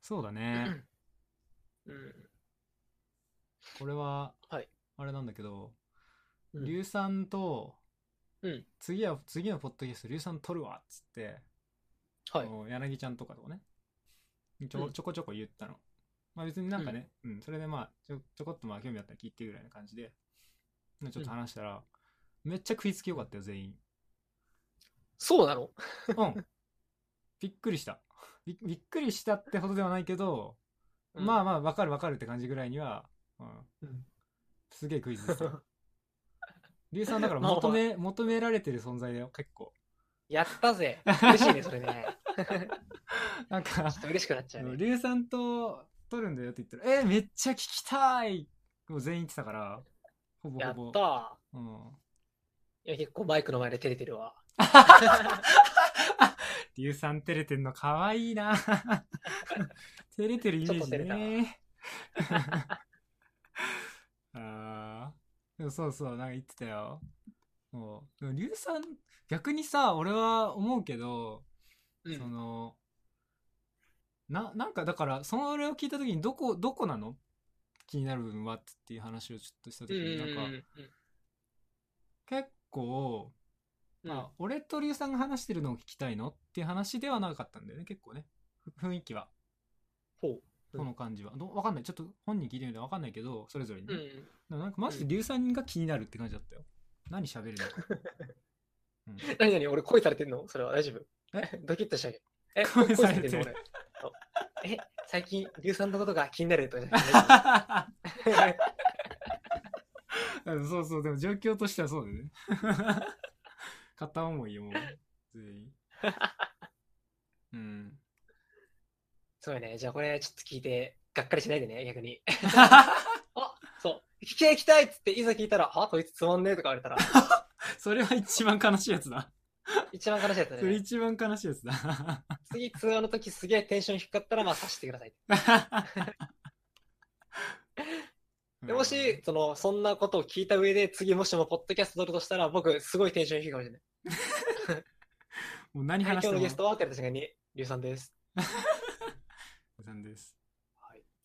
A: そうだね。
B: うん。
A: これは、
B: はい
A: あれなんだけど、
B: うん
A: 硫酸と、
B: うん
A: 次は、次のポッドキャスト、硫酸取るわっつって、
B: はい
A: あ。の柳ちゃんとかとかね、ちょ
B: うん
A: ちょこちょこ言ったの。まあ別になんかね、うん、それでまあちょ、ちょこっとまあ興味あったら聞いてぐらいな感じで、まあちょっと話したら、めっちゃ食いつきよかったよ、全員。
B: そうなの
A: うん。びっくりした。びびっくりしたってほどではないけど、まあまあ、わかるわかるって感じぐらいには、うん。
B: うん
A: すげえクイズです
B: (laughs)
A: よ。リュウさんだから求め、求められてる存在だよ、結構。
B: やったぜ。嬉しいね、それね。
A: なんか
B: ちょっ、と嬉しくなっちゃうね。
A: リュウさんと撮るんだよって言ったら、えー、めっちゃ聞きたいもう全員言ってたから、ほぼ
B: や
A: ほ
B: っ
A: ぼ。
B: たー。
A: うん。
B: いや、結構マイクの前で照れ
A: (laughs)
B: てるわ。
A: リュウさん照れてんのかわいいな。 (laughs) 照れてるイメージね。 (laughs) あーでもそうそう、なんか言ってたよ。もう、でもリュウさん、逆にさ、俺は思うけど、
B: う
A: そ
B: ん。
A: の、な、なんかだから、その俺を聞いた時にどこ、どこなの気になる部分はっていう話をちょっとした時
B: うんう
A: に、
B: んう
A: なんか
B: ん
A: 結構、
B: うん。
A: まあ、俺と龍さんが話してるのを聞きたいのっていう話ではなかったんだよね結構ねふ雰囲気は
B: ほうん
A: この感じは、どうわかんないちょっと本人聞いてみてわかんないけどそれぞれに
B: う。う
A: ね、
B: ん。
A: でもなんかマジで龍さんが気になるって感じだったよ何喋るのか、うん、
B: 何何俺恋されてんのそれは大丈夫
A: え
B: ドキッとしたけど。え、
A: (laughs) 恋されてる
B: 恋の俺。え、最近、硫酸のことが気になるとかじゃない (laughs)
A: うん (laughs) そうそう、でも状況としてはそうだよね。 (laughs) 片思いよ、もう。全員。
B: (laughs)
A: うん。 (laughs)
B: そうよね。じゃあこれちょっと聞いて、がっかりしないでね、逆に。あ、そう。聞きたい聞きたいっつって、いざ聞いたら、あ、こいつつまんねえとか言われたら、
A: それは一番悲しいやつだ。
B: 一番悲しいやつ
A: (laughs)
B: だ
A: それ
B: ね。
A: 一番悲しいやつだ。
B: 次、通話の時すげえテンション低かったら、まあ、刺してください。で (laughs) もし、その、そんなことを聞いた上で、次もしもポッドキャスト撮るとしたら、僕、すごいテンション低いかもしれない。
A: うん、もう何
B: はい、
A: 話し
B: 今
A: て
B: 日の
A: も
B: ゲストは、って言われた瞬間に、硫酸です。
A: さんです。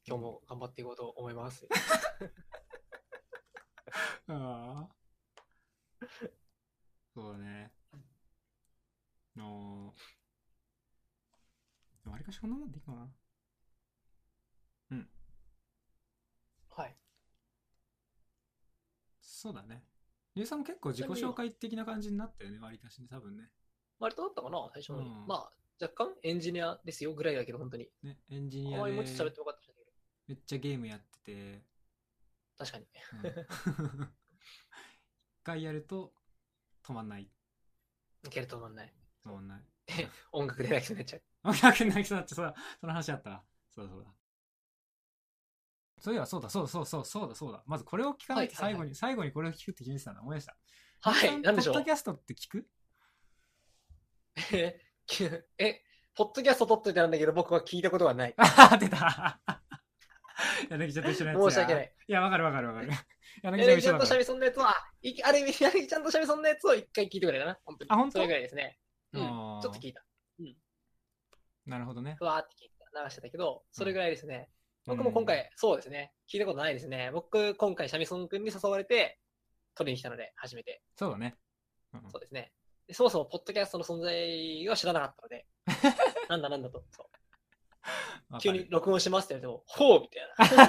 B: 今日も頑張っていこうと思
A: (laughs)
B: います。
A: ああ。そうだね。のわりかしこんなもんでいいかな。
B: はい。
A: そうだね。りゅうさんも結構自己紹介的な感じになったよね、わりかしね、多分ね。
B: 割とだったかな、最初のに。
A: うん
B: まあ、若干エンジニアですよぐらいだけど、本当に。
A: ね、エンジ
B: あ
A: ニア
B: ま
A: で
B: りもうちょっと喋ってもよかったんだけど。
A: めっちゃゲームや
B: (laughs)
A: ってて、
B: 確かに。
A: うん (laughs) 一回やると止まんない、
B: いけると思わない。
A: 止まんない。
B: 音楽で泣きそうにな
A: (laughs)
B: っちゃう。
A: あ、逆に泣きそうになってさ、その話あったわ。そうだそうだ。そういえばそうだそうだそうそうそうだそうだ。まずこれを聞かないと
B: は
A: 最
B: いはい
A: 後に、
B: はい
A: 最後にこれを聞くって決めてたんだ、思い出した。
B: は
A: りゅうさ
B: い、なんでしょ
A: ポッ
B: う (laughs)
A: ド。キャストって聞く (laughs)
B: え、きえポッドキャスト撮っといたんだけど、僕は聞いたことがない。
A: あはは出た柳ちゃんと一緒のやつや
B: 申し訳ない。
A: いや、わかるわかるわかる。柳ちゃん
B: 柳
A: 一
B: ちゃ
A: 緒
B: ん
A: だ
B: と
A: か
B: シ
A: ら。
B: ャミソンのやつは、いある意味、柳ちゃんとシャミソンのやつを一回聞いてくれたな。本当に。
A: あ本当
B: それぐらいですね。うん、ち
A: あ
B: ょ
A: ー
B: っと聞いた。
A: なるほどね。
B: ふわーって聞いた。流してたけど、それぐらいですね。僕も
A: うん
B: 今回、そうですね。聞いたことないですね。僕、今回、シャミソン君に誘われて、取りに来たので、初めて。
A: そうだね。うん
B: そうですね。でそもそも、ポッドキャストの存在を知らなかったの
A: (laughs)
B: で、なんだなんだと。そう
A: わか
B: 急
A: る
B: に録音しますって言われても、ほうみたいな。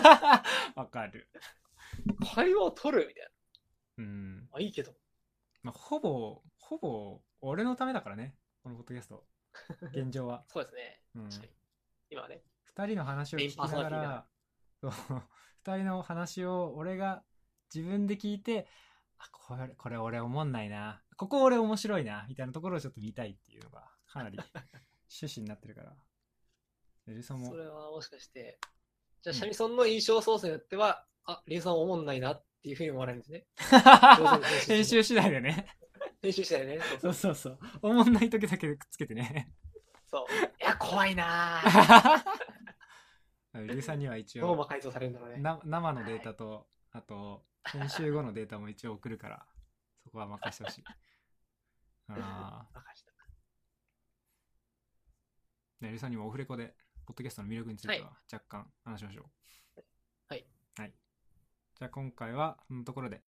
A: (laughs) わかる。
B: 会話を取るみたい
A: うん。
B: な。あ、いいけど。
A: まあ、ほぼ、ほぼ、俺のためだからね。このポッドキャスト。現状は。
B: そうですね。
A: うん。
B: 確かに今はね。
A: 二人の話を聞きながら、そう二人の話を俺が自分で聞いて、あ、これ、これ俺思んないな。ここ俺面白いな。みたいなところをちょっと見たいっていうのが、かなり趣旨になってるから。エルさんも
B: そ、れはもしかして、じゃ
A: うん
B: あ、シャミソンの印象操作によっては、あ、リュウさんおもんないなっていうふうに思われるんですね。
A: (laughs) 編集次第でね。
B: 編集したよね。そ
A: そうそ
B: そうう
A: うそう。おもんない時だけくっつけてね。
B: (laughs) そう。いや、怖いな
A: (laughs)
B: ぁ。
A: リュウさんには一
B: どうも
A: 応
B: 改造されるんだろうね。
A: な生のデータとあと編集後のデータも一応送るから (laughs) そこは任せてほしいあ
B: わかりました
A: あリュウさんにもオフレコでポッドキャストの魅力については若干話しましょう
B: はい、
A: はい、じゃあ今回はこのところで